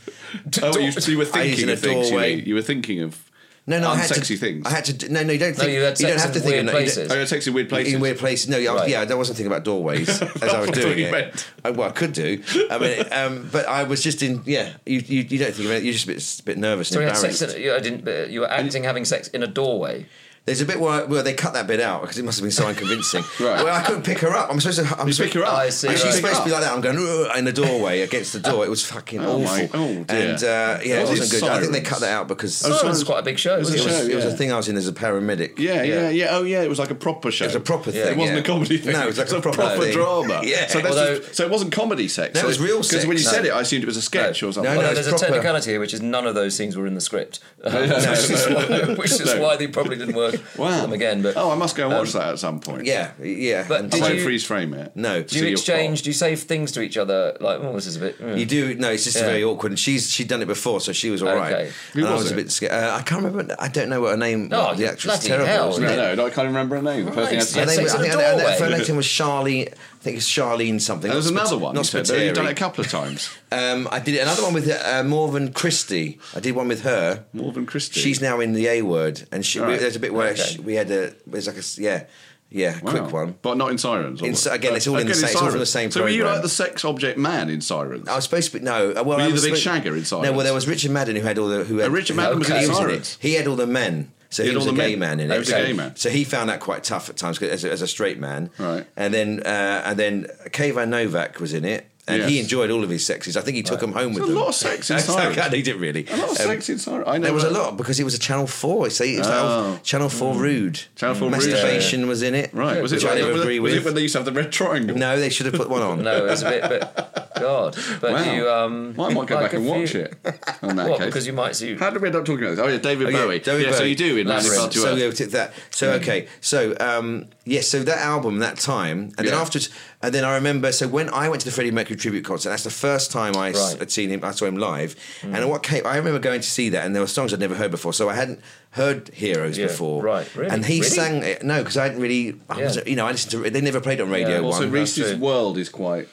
Speaker 1: Oh, you, so you were
Speaker 3: I used
Speaker 1: thinking
Speaker 3: in a
Speaker 1: of things. You,
Speaker 3: doorway.
Speaker 1: mean. You were thinking of
Speaker 3: No, no, I had
Speaker 1: unsexy
Speaker 3: to,
Speaker 1: things.
Speaker 3: I had to. d- No, no, you don't
Speaker 1: No,
Speaker 3: think.
Speaker 1: you had sex
Speaker 3: don't have
Speaker 1: in
Speaker 3: to think
Speaker 1: weird
Speaker 3: of, no,
Speaker 1: places. Oh, you had sex in weird places.
Speaker 3: In weird places. No, yeah, I was,
Speaker 1: Right.
Speaker 3: yeah, I wasn't thinking about
Speaker 1: <laughs>
Speaker 3: doorways as I was
Speaker 1: That's what
Speaker 3: doing
Speaker 1: you
Speaker 3: it.
Speaker 1: meant.
Speaker 3: I, well, I could do. I mean, um, but I was just in. Yeah, you, you, you don't think about it. You're just a bit, a bit nervous
Speaker 2: so you
Speaker 3: and
Speaker 2: had
Speaker 3: embarrassed.
Speaker 2: sex in, a- you, I didn't, uh, you were acting having sex in a doorway
Speaker 3: There's a bit where, where they cut that bit out because it must have been so unconvincing.
Speaker 2: <laughs> Right.
Speaker 3: Well, I couldn't pick her up. I'm supposed to. I'm
Speaker 2: You
Speaker 3: supposed,
Speaker 2: pick her up? I see,
Speaker 3: And she's
Speaker 2: right.
Speaker 3: supposed to be
Speaker 2: Pick her
Speaker 3: like that. I'm going "Ugh," in the doorway against the door. It was fucking
Speaker 1: Oh,
Speaker 3: awful.
Speaker 1: my- oh, dear.
Speaker 3: And uh, yeah, it
Speaker 1: What is
Speaker 3: wasn't good. I think they
Speaker 1: Sirens?
Speaker 3: cut that out because
Speaker 1: Oh, Sirens was quite
Speaker 2: a big show,
Speaker 3: It was,
Speaker 1: wasn't it?
Speaker 3: it was- it was
Speaker 1: Yeah.
Speaker 3: a thing I was in as a paramedic.
Speaker 1: Yeah, yeah, yeah, Oh, yeah. It was like a proper show. It was a
Speaker 3: proper
Speaker 1: It
Speaker 3: thing,
Speaker 1: wasn't
Speaker 3: yeah.
Speaker 1: a comedy thing.
Speaker 3: No, it was like a proper thing.
Speaker 1: drama.
Speaker 3: Yeah.
Speaker 1: So, that's
Speaker 2: Although-
Speaker 1: just- so it wasn't comedy sex.
Speaker 2: No, it
Speaker 1: So
Speaker 2: was real
Speaker 1: Because when you
Speaker 2: sex.
Speaker 1: said it,
Speaker 2: No.
Speaker 1: I assumed it was a sketch or something.
Speaker 2: Although there's a technicality here which is none of those scenes were in the script Um,
Speaker 1: No, no,
Speaker 2: <laughs> which is,
Speaker 1: no,
Speaker 2: why,
Speaker 1: no.
Speaker 2: which is
Speaker 1: No.
Speaker 2: why they probably didn't work for them again but
Speaker 1: oh, I must go and watch
Speaker 2: um,
Speaker 1: that at some point.
Speaker 3: Yeah, yeah.
Speaker 2: But
Speaker 1: I
Speaker 2: did
Speaker 1: won't
Speaker 2: you-
Speaker 1: freeze frame it.
Speaker 3: No.
Speaker 2: do you exchange do you say things to each other like oh this is a bit mm.
Speaker 3: You do no, it's just
Speaker 2: Yeah.
Speaker 3: very awkward. And she's she'd done it before, so she was all right.
Speaker 2: Okay.
Speaker 1: Who
Speaker 3: And I
Speaker 1: was
Speaker 3: was a
Speaker 1: it?
Speaker 3: bit scared. Uh, I can't remember. I don't know what her name.
Speaker 1: Oh,
Speaker 3: was. the
Speaker 1: you
Speaker 3: actress was
Speaker 1: bloody
Speaker 3: terrible.
Speaker 1: hell,
Speaker 3: wasn't
Speaker 1: no,
Speaker 3: it?
Speaker 1: no, no, I can't remember her name. The first thing I had said-
Speaker 3: Her name
Speaker 1: Sex
Speaker 3: was- I
Speaker 1: in
Speaker 3: think
Speaker 1: a
Speaker 3: her name- her
Speaker 1: doorway.
Speaker 3: first name was Charlie. I think it's Charlene something.
Speaker 1: There was
Speaker 3: Not Spit-
Speaker 1: another one.
Speaker 3: Not
Speaker 1: you said, though.
Speaker 3: Spiteri.
Speaker 1: You've done it a couple of times.
Speaker 3: Um, I did another one with uh, Morven Christie. I did one with her.
Speaker 1: Morven Christie.
Speaker 3: She's now in the A word, and she, we,
Speaker 1: Right.
Speaker 3: there's a bit where
Speaker 1: Okay.
Speaker 3: she, we had a there's like a s- yeah yeah a quick
Speaker 1: Wow.
Speaker 3: one.
Speaker 1: But not in Sirens. or
Speaker 3: In-
Speaker 1: what?
Speaker 3: again, it's all in the same- it's all from the same
Speaker 1: So were you
Speaker 3: programme.
Speaker 1: like the sex object man in Sirens?
Speaker 3: I was supposed to be no. uh, Well,
Speaker 1: Were
Speaker 3: I
Speaker 1: you
Speaker 3: was
Speaker 1: the big
Speaker 3: supposed-
Speaker 1: shagger in Sirens?
Speaker 3: No, well, there was Richard Madden who had all the who had
Speaker 1: Oh, Richard Madden was in
Speaker 3: he it.
Speaker 1: Sirens.
Speaker 3: He had all the men. So
Speaker 1: He
Speaker 3: he,
Speaker 1: had
Speaker 3: was
Speaker 1: all
Speaker 3: a
Speaker 1: the
Speaker 3: gay
Speaker 1: men.
Speaker 3: man in it.
Speaker 1: He was a
Speaker 3: so,
Speaker 1: gay man.
Speaker 3: so he found that quite tough at times 'cause as a, as a straight man.
Speaker 1: Right.
Speaker 3: And then uh, and then Kayvan Novak was in it. And he
Speaker 1: Yes.
Speaker 3: enjoyed all of his sexes. I think he took them home with
Speaker 1: There's a
Speaker 3: him.
Speaker 1: lot of sex
Speaker 3: <laughs>
Speaker 1: in Sirens.
Speaker 3: he did really.
Speaker 1: A lot of
Speaker 3: <laughs> Um,
Speaker 1: sex in Sirens. I know
Speaker 3: there was a
Speaker 1: that.
Speaker 3: lot because it was a Channel Four. So it was like,
Speaker 1: Oh.
Speaker 3: oh, Channel Four rude.
Speaker 1: Channel 4 rude.
Speaker 3: Masturbation
Speaker 1: Yeah.
Speaker 3: was in it.
Speaker 1: Right, was it
Speaker 3: which
Speaker 1: like-
Speaker 3: I never
Speaker 1: was it-
Speaker 3: agree
Speaker 1: was
Speaker 3: with.
Speaker 1: it when they used to have the red triangle? <laughs>
Speaker 3: No, they should have put one on.
Speaker 2: no it was a bit but, God! But
Speaker 1: Wow.
Speaker 2: you, um,
Speaker 1: Well, I might go
Speaker 2: like
Speaker 1: back and
Speaker 2: a few-
Speaker 1: watch it. In that
Speaker 2: <laughs> What,
Speaker 1: case.
Speaker 2: because you might see.
Speaker 1: How did we end up talking about this? Oh yeah, David Bowie. yeah, so you do in Landing
Speaker 3: Labyrinth.
Speaker 1: Far Too
Speaker 3: So
Speaker 1: Earth.
Speaker 3: yeah, we took that. So
Speaker 1: Mm.
Speaker 3: okay, so um, yes, so that album, that time, and then
Speaker 1: Yeah.
Speaker 3: afterwards, and then I remember. So when I went to the Freddie Mercury tribute concert, that's the first time I s-
Speaker 2: Right.
Speaker 3: had seen him. I saw him live,
Speaker 2: Mm.
Speaker 3: and what came, I remember going to see that, and there were songs I'd never heard before. So I hadn't heard Heroes
Speaker 2: Yeah,
Speaker 3: before,
Speaker 2: right, really,
Speaker 3: And he
Speaker 2: really?
Speaker 3: sang it. No, because I hadn't really. I
Speaker 2: Yeah.
Speaker 3: wasn't, you know, I listened to. They never played it on radio.
Speaker 1: Also,
Speaker 3: one.
Speaker 1: Reese's World is quite.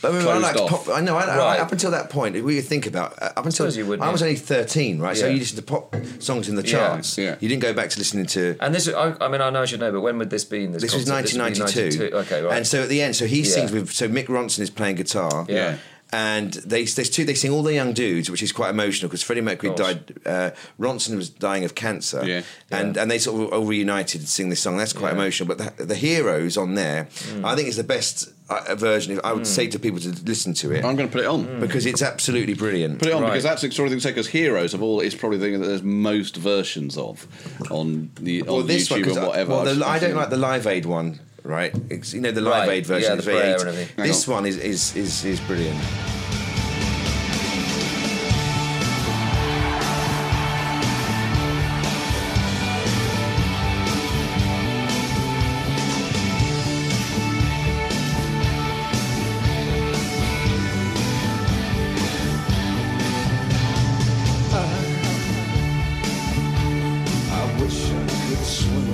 Speaker 3: But I remember, I
Speaker 1: closed
Speaker 3: liked
Speaker 1: off.
Speaker 3: pop. I know. I, I-
Speaker 1: Right.
Speaker 3: up until that point, if you think about uh, up until
Speaker 2: Suppose you wouldn't,
Speaker 3: I was
Speaker 2: yeah.
Speaker 3: only thirteen, right? So
Speaker 2: Yeah.
Speaker 3: you listened to pop songs in the
Speaker 2: Yeah.
Speaker 3: charts. Yeah. You didn't go back to listening to.
Speaker 2: And this, I, I mean, I know I should know, but when would this be? In this,
Speaker 3: This was
Speaker 2: concert? would be
Speaker 3: 1992.
Speaker 2: 92. Okay, right.
Speaker 3: And so at the end, so he
Speaker 2: Yeah.
Speaker 3: sings with. So Mick Ronson is playing guitar.
Speaker 2: Yeah.
Speaker 3: And they there's two they sing all the young dudes, which is quite emotional because Freddie Mercury
Speaker 2: Of course.
Speaker 3: died. Uh, Ronson was dying of cancer.
Speaker 2: Yeah.
Speaker 3: And and they sort of all reunited and sing this song. That's quite emotional. But the, the heroes on there,
Speaker 2: Mm.
Speaker 3: I think is the best uh, version. I would
Speaker 1: Mm.
Speaker 3: say to people to listen to it.
Speaker 1: I'm going to put it on
Speaker 3: because it's absolutely brilliant.
Speaker 1: Put it on because that's the sort of thing to say. Because Heroes of all is probably the thing that there's most versions of on the on
Speaker 3: Well, this one,
Speaker 1: YouTube
Speaker 3: 'cause
Speaker 1: and
Speaker 3: I-
Speaker 1: whatever.
Speaker 3: well, the-
Speaker 1: I've-
Speaker 3: I
Speaker 1: I've
Speaker 3: don't
Speaker 1: seen
Speaker 3: like the Live Aid one, right? It's, you know the Live
Speaker 2: Right,
Speaker 3: Aid version.
Speaker 2: yeah,
Speaker 3: of
Speaker 2: the
Speaker 3: V8.
Speaker 2: prayer and everything. Hang
Speaker 3: This one is is is is brilliant.
Speaker 5: I wish I could swim.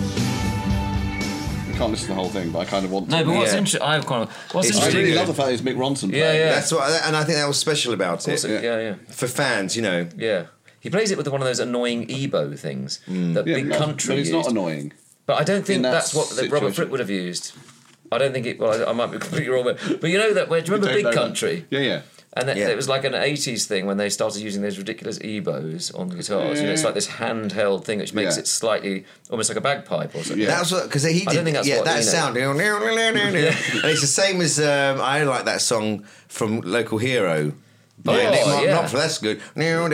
Speaker 1: I can't listen to the whole thing, but I kind of want.
Speaker 2: no,
Speaker 1: to.
Speaker 2: but what's interesting? I've kind of what's
Speaker 1: I
Speaker 2: interesting.
Speaker 1: really love the fact it's Mick Ronson.
Speaker 2: Yeah,
Speaker 1: playing.
Speaker 2: yeah.
Speaker 3: That's what, and I think that was special about it.
Speaker 2: it- yeah, yeah.
Speaker 3: For fans, you know.
Speaker 2: Yeah, he plays it with one of those annoying ebo things
Speaker 3: Hmm.
Speaker 2: that
Speaker 1: Yeah,
Speaker 2: big
Speaker 1: but-
Speaker 2: country.
Speaker 1: but it's not
Speaker 2: used.
Speaker 1: annoying.
Speaker 2: But I don't think
Speaker 1: In that
Speaker 2: that's what that Robert
Speaker 1: situation.
Speaker 2: Fripp would have used. I don't think it. Well, I, I might be <laughs> completely wrong, but, but you know that. Where, do you remember
Speaker 1: don't
Speaker 2: Big
Speaker 1: know that.
Speaker 2: Country?
Speaker 1: Yeah, yeah.
Speaker 2: And that,
Speaker 1: Yeah.
Speaker 2: it was like an '80s thing when they started using those ridiculous ebos on guitars. You know, it's
Speaker 3: Yeah.
Speaker 2: like this handheld thing which makes
Speaker 3: Yeah.
Speaker 2: it slightly almost like a bagpipe or something.
Speaker 3: That's what because he did.
Speaker 2: I don't think that's
Speaker 3: yeah,
Speaker 2: what,
Speaker 3: that
Speaker 2: you know.
Speaker 3: sound. <laughs> and it's the same as um, I like that song from Local Hero.
Speaker 2: Oh,
Speaker 3: yeah, Nick Mark
Speaker 2: yeah.
Speaker 3: Knopfler, that's good. <laughs> They all sound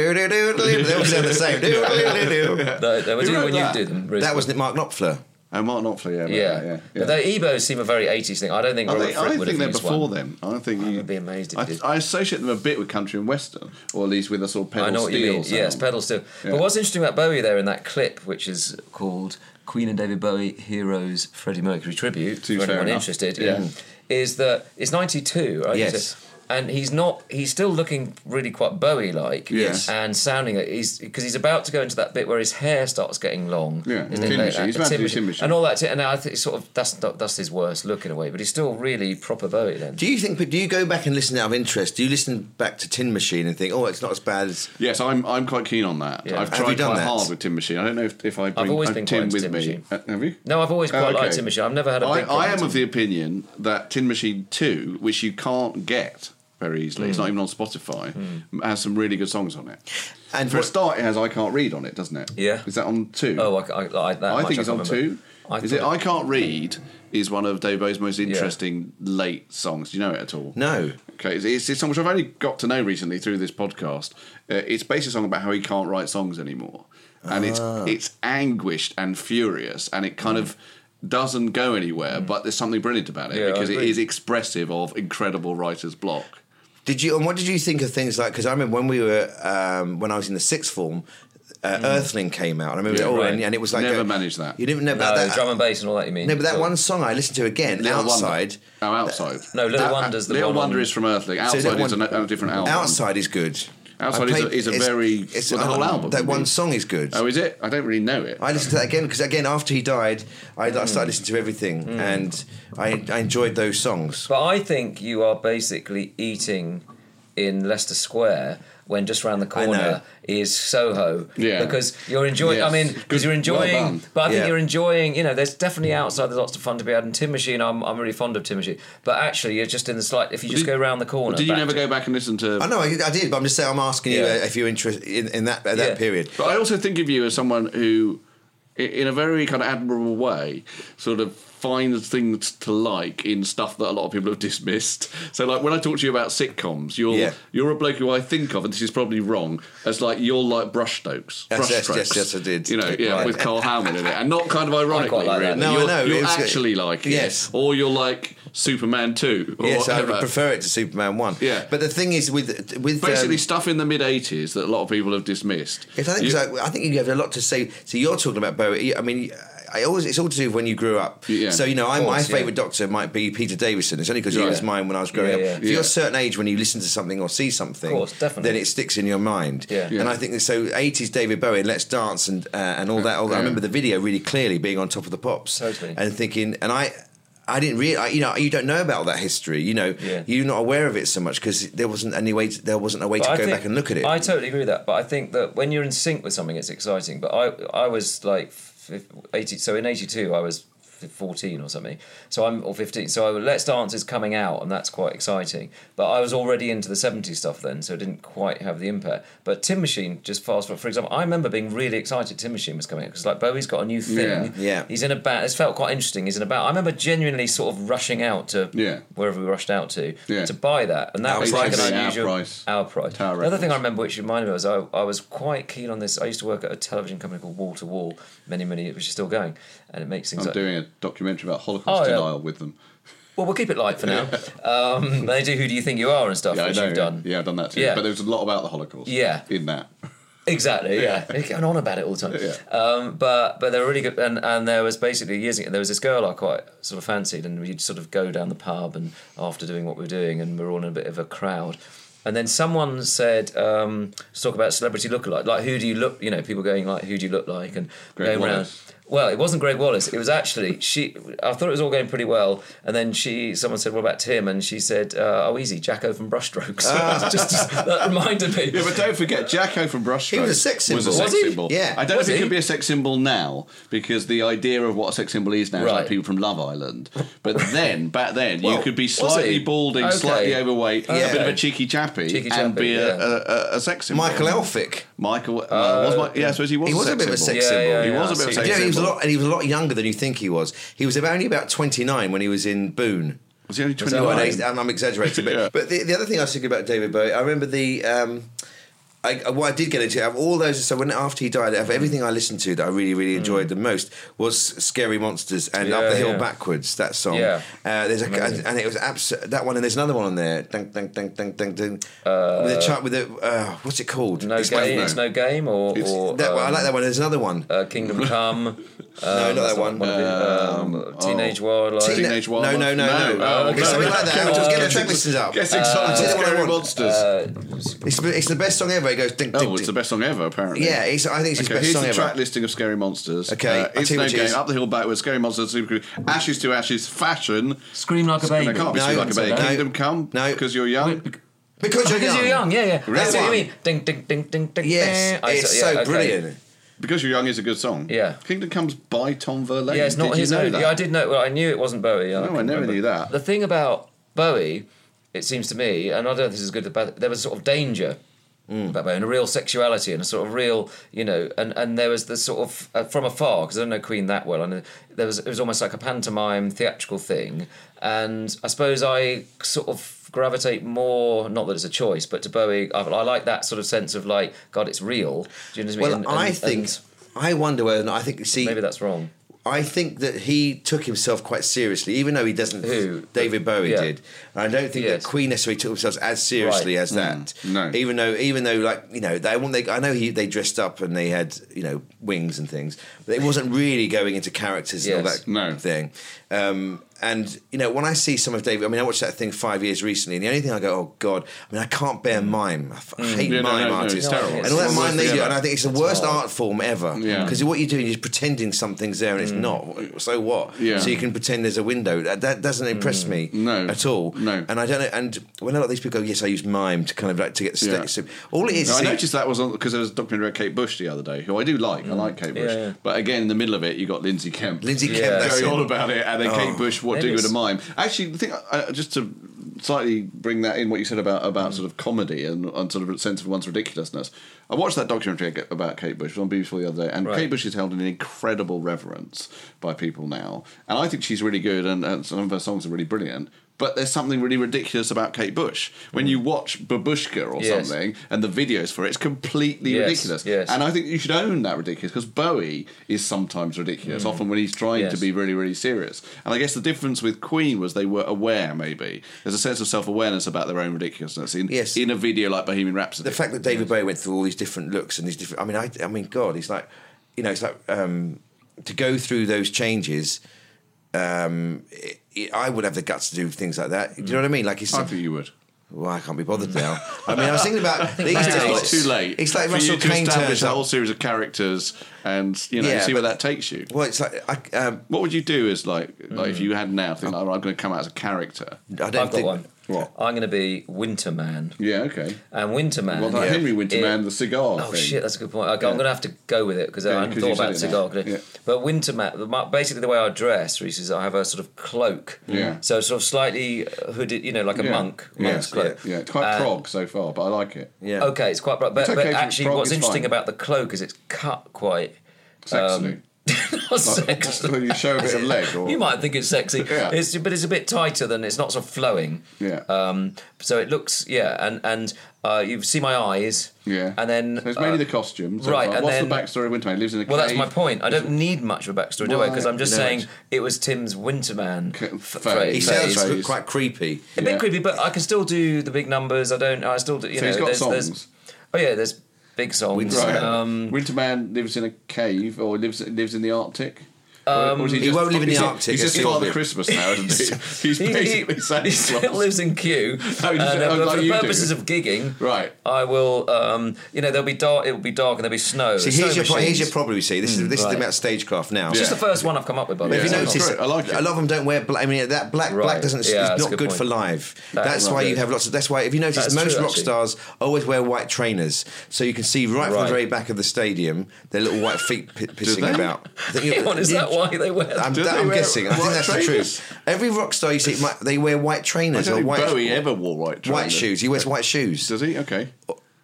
Speaker 2: <laughs>
Speaker 3: the same.
Speaker 2: They- they were
Speaker 3: Who
Speaker 2: doing
Speaker 3: wrote
Speaker 2: when you
Speaker 3: that?
Speaker 2: do them, Bruce.
Speaker 3: That was Nick Mark Knopfler.
Speaker 1: Oh, Mark Knopfler, yeah,
Speaker 2: Yeah. But the ebos seem a very '80s thing. I don't think
Speaker 1: I
Speaker 2: Robert
Speaker 1: think,
Speaker 2: Fripp
Speaker 1: I
Speaker 2: would
Speaker 1: think
Speaker 2: have
Speaker 1: they're
Speaker 2: used
Speaker 1: before
Speaker 2: one.
Speaker 1: them. I don't think you,
Speaker 2: I'd be amazed if he
Speaker 1: I,
Speaker 2: did.
Speaker 1: I associate them a bit with country and western, or at least with a sort of pedal
Speaker 2: I know what
Speaker 1: steel.
Speaker 2: you mean.
Speaker 1: sound.
Speaker 2: Yes, pedal steel.
Speaker 1: Yeah.
Speaker 2: But what's interesting about Bowie there in that clip, which is called "Queen and David Bowie Heroes Freddie Mercury Tribute,"
Speaker 1: Seems
Speaker 2: for
Speaker 1: fair
Speaker 2: anyone
Speaker 1: enough.
Speaker 2: interested,
Speaker 1: Yeah.
Speaker 2: in, is that it's '92, right?
Speaker 1: Yes.
Speaker 2: So- And he's not. He's still looking really quite Bowie-like.
Speaker 1: Yes.
Speaker 2: And sounding. like He's because he's about to go into that bit where his hair starts getting long.
Speaker 1: Yeah,
Speaker 2: Isn't it?
Speaker 1: Tin Machine. He's about to do Tin Machine.
Speaker 2: and all that. And I think sort of that's not, that's his worst look in a way, but he's still really proper Bowie then.
Speaker 3: Do you think? but Do you go back and listen out of interest? Do you listen back to Tin Machine and think, "Oh, it's not as bad as"?
Speaker 1: Yes, I'm. I'm quite keen on that. I've
Speaker 3: Have
Speaker 1: tried
Speaker 3: you done
Speaker 1: quite
Speaker 3: that?
Speaker 1: hard with Tin Machine. I don't know if, if I bring
Speaker 2: always
Speaker 1: uh,
Speaker 2: been quite
Speaker 1: Tin
Speaker 2: into
Speaker 1: with
Speaker 2: Tin
Speaker 1: me.
Speaker 2: Machine.
Speaker 1: Uh, have you?
Speaker 2: No, I've always
Speaker 1: Oh,
Speaker 2: quite liked
Speaker 1: okay.
Speaker 2: Tin Machine. I've never had a
Speaker 1: I,
Speaker 2: big.
Speaker 1: I
Speaker 2: problem
Speaker 1: am
Speaker 2: with
Speaker 1: of the opinion that Tin Machine 2, which you can't get very easily, it's
Speaker 2: Mm.
Speaker 1: not even on Spotify,
Speaker 2: Hmm.
Speaker 1: has some really good songs on it.
Speaker 3: And
Speaker 1: for a start, it has I Can't Read on it, doesn't it?
Speaker 2: Yeah.
Speaker 1: Is that on 2?
Speaker 2: Oh, I, I, I, that
Speaker 1: I
Speaker 2: much
Speaker 1: think it's
Speaker 2: can't
Speaker 1: on
Speaker 2: remember.
Speaker 1: two. is it I Can't Read is one of Dave Bowie's most interesting late songs. Do you know it at all?
Speaker 3: No.
Speaker 1: Okay, it's, it's, it's song which I've only got to know recently through this podcast. Uh, it's basically a song about how he can't write songs anymore. And
Speaker 3: Ah.
Speaker 1: it's it's anguished and furious and it kind of doesn't go anywhere, but there's something brilliant about it
Speaker 3: Yeah, I
Speaker 1: because it
Speaker 3: agree.
Speaker 1: is expressive of incredible writer's block.
Speaker 3: Did you? And what did you think of things like? Because I remember when we were um, when I was in the sixth form,
Speaker 1: Mm.
Speaker 3: uh, Earthling came out. And I remember
Speaker 2: Yeah,
Speaker 3: it all,
Speaker 2: right.
Speaker 3: and, and it was like
Speaker 2: Never
Speaker 3: managed that. You didn't know
Speaker 2: no,
Speaker 3: about that.
Speaker 2: drum and bass and all that. You mean?
Speaker 3: no, but that
Speaker 2: So-
Speaker 3: one song I listened to again
Speaker 1: Little Wonder.
Speaker 3: outside.
Speaker 1: Oh, outside.
Speaker 2: No, Little
Speaker 1: That-
Speaker 2: Wonder's the
Speaker 1: Little
Speaker 2: one
Speaker 1: Wonder
Speaker 2: on-
Speaker 1: is from Earthling.
Speaker 3: So
Speaker 1: Outside
Speaker 3: Little
Speaker 1: is
Speaker 3: Wonder-
Speaker 1: a, a different album.
Speaker 3: Outside is good.
Speaker 1: Outside
Speaker 3: I
Speaker 1: is a-
Speaker 3: played-
Speaker 1: is a
Speaker 3: it's-
Speaker 1: very-
Speaker 3: It's
Speaker 1: well, the whole album,
Speaker 3: That one
Speaker 1: isn't it?
Speaker 3: song is good.
Speaker 1: Oh, is it? I don't really know it.
Speaker 3: I listened to that again because again after he died, I, I started listening to everything,
Speaker 1: Mm.
Speaker 3: and I, I enjoyed those songs.
Speaker 2: But I think you are basically eating in Leicester Square when just round the
Speaker 3: I know.
Speaker 2: corner is Soho.
Speaker 3: Yeah.
Speaker 2: Because you're enjoying. I
Speaker 3: Yes.
Speaker 2: mean, because
Speaker 3: Good-
Speaker 2: you're enjoying.
Speaker 3: well done.
Speaker 2: but I think
Speaker 3: Yeah.
Speaker 2: you're enjoying. You know, there's definitely outside. There's lots of fun to be had. And Tim Machine, I'm, I'm really fond of Tim Machine. But actually, you're just in the slight. If you just go round the corner.
Speaker 1: Did you
Speaker 2: back
Speaker 1: never
Speaker 2: to-
Speaker 1: go back and listen to?
Speaker 3: I know I, I did, but I'm just saying I'm asking you
Speaker 1: Yeah.
Speaker 3: uh, if you're interested in, in that at that period.
Speaker 1: But I also think of you as someone who, i- in a very kind of admirable way, sort of finds things to like in stuff that a lot of people have dismissed. So, like when I talk to you about sitcoms, you're
Speaker 3: Yeah.
Speaker 1: you're a bloke who I think of, and this is probably wrong, as like you're like brushstrokes.
Speaker 3: Yes, yes,
Speaker 1: brushstrokes.
Speaker 3: yes, yes, I did.
Speaker 1: You know, yeah,
Speaker 3: Right. <laughs>
Speaker 1: with Carl Hamill in it, and not kind of ironically.
Speaker 3: like that.
Speaker 1: really.
Speaker 3: No, I
Speaker 1: you're,
Speaker 3: know, it
Speaker 1: You're
Speaker 3: was good.
Speaker 1: actually like it.
Speaker 3: Yes.
Speaker 1: or you're like Superman two. Or
Speaker 3: Yes, I
Speaker 1: whatever.
Speaker 3: would prefer it to Superman one.
Speaker 1: Yeah.
Speaker 3: but the thing is with with
Speaker 1: Basically,
Speaker 3: um,
Speaker 1: stuff in the mid '80s that a lot of people have dismissed.
Speaker 3: Yes, I think
Speaker 1: You-
Speaker 3: so. I think you have a lot to say. So you're talking about Bowie. I mean, I always it's all to do with when you grew up.
Speaker 1: Yeah.
Speaker 3: So you know, I,
Speaker 1: Of
Speaker 3: my
Speaker 1: course, yeah.
Speaker 3: favorite doctor might be Peter Davison. It's only because he
Speaker 1: Yeah.
Speaker 3: was mine when I was growing
Speaker 1: Yeah,
Speaker 3: up.
Speaker 1: yeah.
Speaker 3: If you're
Speaker 1: Yeah.
Speaker 3: a certain age when you listen to something or see something,
Speaker 1: Of course, definitely.
Speaker 3: then it sticks in your mind.
Speaker 1: Yeah.
Speaker 3: And
Speaker 1: Yeah.
Speaker 3: I think that- so. 80s David Bowie, and Let's Dance, and uh, and all that. All that. I
Speaker 1: Yeah.
Speaker 3: remember the video really clearly being on top of the pops.
Speaker 2: Totally.
Speaker 3: And thinking, and I. I didn't really, you know, you don't know about all that history. You know,
Speaker 2: Yeah.
Speaker 3: you're not aware of it so much because there wasn't any way. To, there wasn't a way
Speaker 2: But
Speaker 3: to
Speaker 2: I
Speaker 3: go
Speaker 2: think-
Speaker 3: back and look at it.
Speaker 2: I totally agree with that. But I think that when you're in sync with something, it's exciting. But I, I was like fif- 80. So in 82, I was fif- 14 or something. So I'm or 15. So I, Let's Dance is coming out, and that's quite exciting. But I was already into the 70s stuff then, so it didn't quite have the impact. But Tim Machine, just fast forward. For example, I remember being really excited Tim Machine was coming out because like Bowie's got a new thing.
Speaker 3: Yeah. Yeah.
Speaker 2: He's in a band. It's felt quite interesting. He's in a band. I remember genuinely sort of rushing out to
Speaker 1: Yeah.
Speaker 2: wherever we rushed out to
Speaker 1: Yeah.
Speaker 2: to buy that, and that
Speaker 1: Our
Speaker 2: was like
Speaker 1: price.
Speaker 2: an
Speaker 1: Yeah, our
Speaker 2: unusual
Speaker 1: price.
Speaker 2: Our price. the other thing I remember, which reminded me, was I, I was quite keen on this. I used to work at a television company called Wall to Wall, many, many, which is still going, and it makes things.
Speaker 1: I'm
Speaker 2: like,
Speaker 1: doing a documentary about Holocaust
Speaker 2: Oh, yeah.
Speaker 1: denial with them.
Speaker 2: Well, we'll keep it light for
Speaker 1: <laughs>
Speaker 2: now. um, they do. Who do you think you are and stuff,
Speaker 1: Yeah, I
Speaker 2: which
Speaker 1: know,
Speaker 2: you've
Speaker 1: yeah.
Speaker 2: done.
Speaker 1: Yeah, I've done that too.
Speaker 2: Yeah.
Speaker 1: But there's a lot about the Holocaust.
Speaker 2: Yeah.
Speaker 1: in that.
Speaker 2: Exactly. Yeah, they're going on about it all the time. Um, but but they're really good. And, and there was basically years ago there was this girl I quite sort of fancied, and we'd sort of go down the pub and after doing what we were doing, and we are all in a bit of a crowd. And then someone said, um, "Let's talk about celebrity lookalike. Like who do you look? You know, people going like, who do you look like?" And
Speaker 1: Greg
Speaker 2: going around.
Speaker 1: Wallace.
Speaker 2: Well, it wasn't Greg Wallace. It was actually she. I thought it was all going pretty well, and then she. Someone said, "What about Tim?" And she said, uh, "Oh, easy, Jacko from Brushstrokes."
Speaker 1: Ah.
Speaker 2: <laughs> just, just- that reminded me.
Speaker 1: Yeah, but don't forget, Jacko from Brushstrokes
Speaker 2: He was a sex
Speaker 1: was a
Speaker 2: symbol.
Speaker 1: sex
Speaker 2: Was he?
Speaker 1: symbol.
Speaker 2: Yeah.
Speaker 1: I don't
Speaker 2: Was
Speaker 1: know if it
Speaker 2: he?
Speaker 1: could be a sex symbol now because the idea of what a sex symbol is now is
Speaker 2: Right.
Speaker 1: like people from Love Island.
Speaker 2: <laughs>
Speaker 1: But then, back then,
Speaker 2: Well,
Speaker 1: you could be
Speaker 2: was
Speaker 1: slightly
Speaker 2: he?
Speaker 1: balding,
Speaker 2: Okay.
Speaker 1: slightly overweight,
Speaker 2: Yeah.
Speaker 1: a bit of a cheeky chappy,
Speaker 2: Cheeky
Speaker 1: and
Speaker 2: chappy,
Speaker 1: be a,
Speaker 2: yeah.
Speaker 1: a, a, a sex symbol.
Speaker 3: Michael Elphick.
Speaker 1: Michael, uh, was my, yeah, I suppose he was.
Speaker 3: He was a, bit of a sex symbol.
Speaker 1: he was a bit of a sex
Speaker 3: Yeah,
Speaker 1: symbol.
Speaker 3: he was a lot, and he was a lot younger than you think he was. He was about, only about twenty nine when he was in Boone.
Speaker 1: Was he only
Speaker 3: Was that
Speaker 1: 29?
Speaker 3: right? I'm, I'm exaggerating, but, but the, the other thing I was thinking about David Bowie, I remember the. Um, I, I- what I did get into out of all those, so when after he died, out of everything I listened to that I really, really enjoyed the most was "Scary Monsters" and
Speaker 2: Yeah,
Speaker 3: "Up the Hill
Speaker 2: yeah.
Speaker 3: Backwards." That song,
Speaker 2: Yeah.
Speaker 3: Uh, there's a,
Speaker 2: Amazing.
Speaker 3: and it was abs- that one, and there's another one on there, dun, dun, dun, dun, dun, dun, with a chart with a uh, what's it called?
Speaker 2: No
Speaker 3: Explain
Speaker 2: game.
Speaker 3: that.
Speaker 2: It's no game, or,
Speaker 3: It's-
Speaker 2: or
Speaker 3: that one- I
Speaker 2: um,
Speaker 3: like that one. There's another one.
Speaker 2: Uh, Kingdom Come. um,
Speaker 3: no, not
Speaker 2: that's
Speaker 3: that one.
Speaker 2: of the, um, Teenage Wildlife.
Speaker 3: Teen- No, no, no, no.
Speaker 1: Oh,
Speaker 3: it's something like that. Just get the track listens up. Uh,
Speaker 1: Get excited,
Speaker 3: It's the one I
Speaker 1: Scary
Speaker 3: want.
Speaker 1: Monsters.
Speaker 2: Uh,
Speaker 3: It's, it's the best song ever. It goes ding, ding,
Speaker 1: Oh, it's the best song ever, apparently.
Speaker 3: Yeah, it's- I think it's his
Speaker 1: okay,
Speaker 3: best
Speaker 1: here's
Speaker 3: song
Speaker 1: the
Speaker 3: ever.
Speaker 1: track listing of Scary Monsters.
Speaker 3: Okay, I'll
Speaker 1: uh, It's
Speaker 3: tell you
Speaker 1: No
Speaker 3: which it
Speaker 1: Game,
Speaker 3: is.
Speaker 1: Up the Hill Backwards, Scary Monsters, Super Crew, Ashes to Ashes, Fashion.
Speaker 2: Scream Like a
Speaker 1: No,
Speaker 2: Baby.
Speaker 1: it can't be
Speaker 2: No,
Speaker 1: Scream Like a Baby.
Speaker 2: no.
Speaker 1: Kingdom Come, no. because you're young.
Speaker 3: Because
Speaker 2: Because Oh, you're young, yeah, yeah.
Speaker 1: Red
Speaker 2: That's what you
Speaker 1: one.
Speaker 2: mean. Ding, ding, ding, ding, ding. ding. I saw- yeah, okay.
Speaker 1: Because You're Young is a good song. Yeah. Kingdom Comes by Tom Verlaine.
Speaker 2: Yeah, it's not
Speaker 1: Did
Speaker 2: his
Speaker 1: Oh, you know
Speaker 2: own.
Speaker 1: that?
Speaker 2: Yeah, I did know. Well, I knew it wasn't Bowie.
Speaker 1: No, I
Speaker 2: couldn't
Speaker 1: never
Speaker 2: remember.
Speaker 1: knew that.
Speaker 2: The thing about Bowie, it seems to me, and I don't know if this is good or bad, there was sort of danger
Speaker 1: Mm.
Speaker 2: about Bowie and a real sexuality and a sort of real, you know, and, and there was the sort of, uh, from afar, because I don't know Queen that well, and there was, it was almost like a pantomime theatrical thing. And I suppose I sort of gravitate more, not that it's a choice, but to Bowie, I, I like that sort of sense of like, God, it's real. Do you know what I
Speaker 3: Well,
Speaker 2: mean? And-
Speaker 3: I
Speaker 2: and-
Speaker 3: think
Speaker 2: and-
Speaker 3: I wonder whether or not I think see maybe
Speaker 2: that's wrong.
Speaker 3: I think that he took himself quite seriously, even though he doesn't. Who David Bowie
Speaker 2: Yeah.
Speaker 3: did, and I don't think that Queen necessarily took themselves as seriously
Speaker 2: Right.
Speaker 1: Mm.
Speaker 3: as that. No, even though even though like you know they, when they I know he, they dressed up and they had you know wings and things, but it wasn't really going into characters and all
Speaker 2: Yes.
Speaker 3: that thing. Um, and you know when I see some of David, I mean I watched that thing five years recently, and the only thing I go, oh god, I mean I can't bear mime. I f- I
Speaker 1: Mm.
Speaker 3: hate
Speaker 1: Yeah, no,
Speaker 3: mime
Speaker 1: no, no,
Speaker 3: artists,
Speaker 1: it's terrible.
Speaker 3: and all that
Speaker 1: It's the
Speaker 3: mime
Speaker 1: worst
Speaker 3: they
Speaker 1: thing
Speaker 3: do,
Speaker 1: ever.
Speaker 3: and I think it's the
Speaker 1: It's
Speaker 3: worst
Speaker 1: hard.
Speaker 3: art form ever.
Speaker 1: Yeah.
Speaker 3: because what you're doing is pretending something's there and it's not. So what?
Speaker 1: Yeah.
Speaker 3: So you can pretend there's a window. That, that doesn't impress me no. at all. No, and I don't know. And when a lot of these people go, yes, I use mime to kind of like to get
Speaker 1: Yeah.
Speaker 3: sta- so All it is,
Speaker 1: No,
Speaker 3: is
Speaker 1: I
Speaker 3: it-
Speaker 1: noticed that was on because there was a documentary about Kate Bush the other day, who I do like. I like Kate Bush,
Speaker 3: Mm. Yeah, yeah.
Speaker 1: but again, in the middle of it, you got Lindsay Kemp.
Speaker 3: Lindsay Kemp, Yeah. that's
Speaker 1: very
Speaker 3: it.
Speaker 1: all about it, and then
Speaker 3: Oh.
Speaker 1: Kate Bush, what do you
Speaker 3: It
Speaker 1: with
Speaker 3: is.
Speaker 1: a mime? Actually, the thing uh, just to slightly bring that in, what you said about about
Speaker 3: Mm.
Speaker 1: sort of comedy and, and sort of sense of one's ridiculousness. I watched that documentary about Kate Bush it was on BBC the other day, and
Speaker 2: Right.
Speaker 1: Kate Bush is held in incredible reverence by people now, and I think she's really good, and, and some of her songs are really brilliant. But there's something really ridiculous about Kate Bush.
Speaker 3: Mm.
Speaker 1: When you watch Babushka or
Speaker 2: Yes.
Speaker 1: something and the videos for it, it's completely
Speaker 2: Yes,
Speaker 1: ridiculous.
Speaker 2: yes.
Speaker 1: And I think you should own that ridiculous because Bowie is sometimes ridiculous,
Speaker 2: Mm.
Speaker 1: often when he's trying to
Speaker 2: Yes.
Speaker 1: be really, really serious. And I guess the difference with Queen was they were aware, maybe. There's a sense of self awareness about their own ridiculousness in,
Speaker 3: Yes.
Speaker 1: in a video like Bohemian Rhapsody.
Speaker 3: The fact that David Bowie went through all these different looks and these different. I mean, I, I mean, God, it's like, you know, it's like um, to go through those changes. Um, it, it- I would have the guts to do things like that. Do you know what I mean? Like, it's
Speaker 1: I think you would.
Speaker 3: Well, I can't be bothered now. I mean, I was thinking about these
Speaker 1: it's
Speaker 3: days.
Speaker 1: not too late.
Speaker 3: It's like
Speaker 1: for
Speaker 3: Russell
Speaker 1: you to
Speaker 3: Kane
Speaker 1: establish
Speaker 3: turns
Speaker 1: that
Speaker 3: up.
Speaker 1: whole series of characters, and you know,
Speaker 3: Yeah,
Speaker 1: see where
Speaker 3: but-
Speaker 1: that takes you.
Speaker 3: Well, it's like, I, um,
Speaker 1: what would you do? Is like, like if you had now, think, like, "Oh, I'm going to come out as a character.
Speaker 3: I
Speaker 2: Mm. I've got one.
Speaker 1: What?
Speaker 2: I'm going to be Winterman.
Speaker 1: Yeah, okay.
Speaker 2: And Winterman.
Speaker 1: Well, like
Speaker 2: yeah,
Speaker 1: Henry Winterman,
Speaker 2: it-
Speaker 1: the cigar.
Speaker 2: Oh
Speaker 1: thing.
Speaker 2: shit, that's a good point. Okay, I'm going to have to go with it because
Speaker 1: Yeah,
Speaker 2: I hadn't
Speaker 1: 'cause
Speaker 2: thought
Speaker 1: you said
Speaker 2: about
Speaker 1: it
Speaker 2: cigar.
Speaker 1: now. Yeah.
Speaker 2: But winter mat, my- basically the way I dress, Reese, is I have a sort of cloak.
Speaker 1: Yeah.
Speaker 2: So sort of slightly uh, hooded, you know, like a
Speaker 1: Yeah.
Speaker 2: monk,
Speaker 1: Yeah,
Speaker 2: monk's cloak.
Speaker 1: Yeah, yeah. it's quite
Speaker 2: Uh,
Speaker 1: prog so far, but I like it.
Speaker 2: Okay, it's quite bright. But,
Speaker 1: It's okay
Speaker 2: but
Speaker 1: if it's
Speaker 2: actually,
Speaker 1: prog,
Speaker 2: what's
Speaker 1: it's
Speaker 2: interesting
Speaker 1: fine.
Speaker 2: about the cloak is it's cut quite. <laughs>
Speaker 1: Sexily.
Speaker 2: Um, <laughs> not sexily.
Speaker 1: Well, you show a bit of leg, or
Speaker 2: You might think it's sexy,
Speaker 1: Yeah.
Speaker 2: it's, but it's a bit tighter than it's not so flowing.
Speaker 1: Yeah.
Speaker 2: Um, so it looks, yeah, and and uh, you see my eyes.
Speaker 1: Yeah.
Speaker 2: And then
Speaker 1: So it's mainly
Speaker 2: uh,
Speaker 1: the costume. So
Speaker 2: right,
Speaker 1: far.
Speaker 2: and
Speaker 1: What's
Speaker 2: then-
Speaker 1: the backstory of Winterman? He lives in a
Speaker 2: Well, that's
Speaker 1: cave.
Speaker 2: my point. I don't need much of a backstory, do I? Because
Speaker 1: Why?
Speaker 2: I'm just
Speaker 1: You know
Speaker 2: saying
Speaker 1: it.
Speaker 2: it was Tim's Winterman.
Speaker 1: Ca-
Speaker 2: f-
Speaker 1: phase.
Speaker 3: He
Speaker 2: phase.
Speaker 3: sounds quite creepy.
Speaker 2: A bit creepy, but I can still do the big numbers. I don't. I still do. You
Speaker 1: So
Speaker 2: know,
Speaker 1: he's got
Speaker 2: there's, there's-
Speaker 1: songs?
Speaker 2: oh yeah, there's big songs.
Speaker 1: Right.
Speaker 2: Um,
Speaker 1: Winterman lives in a cave or lives lives in the Arctic.
Speaker 2: Um,
Speaker 1: is
Speaker 2: He won't live in the
Speaker 1: he's just-
Speaker 2: Arctic,
Speaker 1: He's just
Speaker 2: it's
Speaker 1: Father
Speaker 2: obvious.
Speaker 1: Christmas now, isn't he? He's
Speaker 2: <laughs> he-
Speaker 1: basically
Speaker 2: he-
Speaker 1: Santa
Speaker 2: he still
Speaker 1: Claus.
Speaker 2: lives in queue.
Speaker 1: <laughs> No, he doesn't- oh,
Speaker 2: but
Speaker 1: like
Speaker 2: for the
Speaker 1: you do.
Speaker 2: purposes of gigging,
Speaker 1: Right.
Speaker 2: I will. Um, you know, there'll be dark. It will be dark, and there'll be snow.
Speaker 3: See,
Speaker 2: snow
Speaker 3: here's your, pro-
Speaker 2: machines.
Speaker 3: here's your problem. You see, this is
Speaker 2: Mm,
Speaker 3: this is
Speaker 2: right.
Speaker 3: the amount of stagecraft now.
Speaker 2: It's just the first one I've come up with. By the
Speaker 3: But
Speaker 2: way,
Speaker 3: if you
Speaker 2: I'm
Speaker 3: notice,
Speaker 2: not-
Speaker 3: I like a lot of them don't wear black. I mean, that black black
Speaker 2: Right.
Speaker 3: doesn't.
Speaker 2: Yeah,
Speaker 3: it's
Speaker 2: that's a good
Speaker 3: not good, for
Speaker 2: point.
Speaker 3: live.
Speaker 2: That
Speaker 3: that's
Speaker 2: is
Speaker 3: why
Speaker 2: right.
Speaker 3: you have lots of. That's why if you notice,
Speaker 2: That's
Speaker 3: most
Speaker 2: true,
Speaker 3: rock
Speaker 2: actually.
Speaker 3: stars always wear white trainers, so you can see right, from
Speaker 2: Right.
Speaker 3: the very back of the stadium their little white feet p-
Speaker 2: they?
Speaker 3: pissing <laughs> about. I think you-
Speaker 2: Hang on, is
Speaker 3: you-
Speaker 2: that why they wear? that?
Speaker 3: I'm, that, I'm guessing. I think that's the
Speaker 1: trainers?
Speaker 3: truth. Every rock star you see, might- they wear white trainers
Speaker 1: I don't
Speaker 3: or
Speaker 1: think
Speaker 3: white.
Speaker 1: Bowie ever wore white trainers.
Speaker 3: White shoes. He wears white shoes.
Speaker 1: Does he? Okay.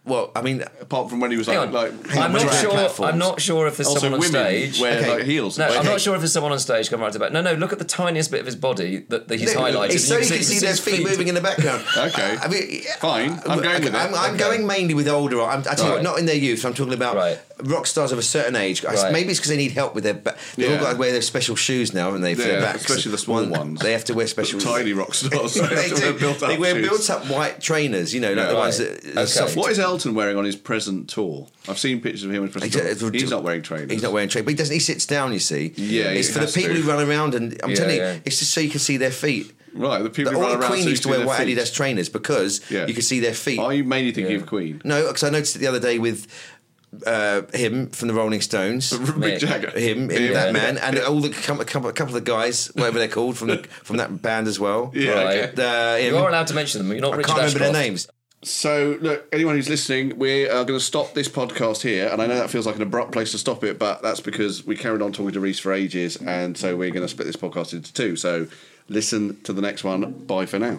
Speaker 3: Well, I mean,
Speaker 1: Apart from when he was
Speaker 2: Hang
Speaker 1: like,
Speaker 2: on.
Speaker 1: like
Speaker 2: I'm not
Speaker 1: drag
Speaker 2: sure.
Speaker 1: platforms.
Speaker 2: I'm not sure if there's
Speaker 1: Also,
Speaker 2: someone on
Speaker 1: women
Speaker 2: stage.
Speaker 1: wear, like, heels.
Speaker 2: No, I'm
Speaker 1: Okay.
Speaker 2: not sure if there's someone on stage coming right to back. No, no. Look at the tiniest bit of his body that, that he's
Speaker 3: No,
Speaker 2: highlighted.
Speaker 3: it's so you can see
Speaker 2: his
Speaker 3: their feet, moving in the background.
Speaker 1: <laughs> Okay.
Speaker 3: I mean,
Speaker 1: Fine. I'm
Speaker 3: Look,
Speaker 1: going
Speaker 3: okay,
Speaker 1: with it.
Speaker 3: I'm, I'm
Speaker 1: Okay.
Speaker 3: going mainly with older. I'm, I tell you what,
Speaker 1: Right.
Speaker 3: not in their youth. I'm talking about
Speaker 2: Right.
Speaker 3: rock stars of a certain age. I-
Speaker 2: Right.
Speaker 3: Maybe it's because they need help with their back. They've
Speaker 1: Yeah.
Speaker 3: all got to wear their special shoes now, haven't they? For
Speaker 1: Yeah,
Speaker 3: their backs.
Speaker 1: especially the small
Speaker 3: One-
Speaker 1: ones.
Speaker 3: They have to wear special
Speaker 1: Tiny rock
Speaker 3: <laughs>
Speaker 1: stars.
Speaker 3: they,
Speaker 1: They have to
Speaker 3: do.
Speaker 1: wear built-up
Speaker 3: They wear
Speaker 1: shoes.
Speaker 3: built-up white trainers. You know, like
Speaker 1: Yeah.
Speaker 3: the ones
Speaker 2: Right.
Speaker 3: that
Speaker 2: Okay.
Speaker 3: are soft.
Speaker 1: What is Elton wearing on his present tour? I've seen pictures of him on his present
Speaker 3: He's-
Speaker 1: tour. He's not wearing trainers.
Speaker 3: He's not wearing trainers, but he doesn't. He sits down. You see,
Speaker 1: Yeah,
Speaker 3: it's
Speaker 1: he
Speaker 3: for the
Speaker 1: has
Speaker 3: people
Speaker 1: to.
Speaker 3: who run around, and I'm
Speaker 2: Yeah,
Speaker 3: telling you,
Speaker 2: yeah.
Speaker 3: it's just so you can see their feet.
Speaker 1: Right, the people
Speaker 3: But
Speaker 1: who
Speaker 3: all
Speaker 1: run around
Speaker 3: Queen
Speaker 1: so you
Speaker 3: used to
Speaker 1: can see
Speaker 3: wear white
Speaker 1: their feet.
Speaker 3: Adidas trainers because
Speaker 1: Yeah.
Speaker 3: you could see their feet.
Speaker 1: Are you mainly thinking of
Speaker 3: <laughs>
Speaker 1: Queen?
Speaker 3: No, because I noticed it the other day with uh, him from the Rolling Stones.
Speaker 1: Mick Jagger.
Speaker 3: Him, him,
Speaker 1: Yeah.
Speaker 3: that man, and all the couple, couple, couple of the guys, whatever they're called, from the,
Speaker 1: <laughs>
Speaker 3: from that band as well.
Speaker 1: Yeah, okay.
Speaker 2: Right.
Speaker 3: Uh, him.
Speaker 2: You are allowed to mention them. You're not.
Speaker 3: I
Speaker 2: Richard
Speaker 3: can't remember their
Speaker 2: Ashcroft.
Speaker 3: names.
Speaker 1: So, look, anyone who's listening, we are going to stop this podcast here. And I know that feels like an abrupt place to stop it, but that's because we carried on talking to Reese for ages. And so we're going to split this podcast into two. So, listen to the next one. Bye for now.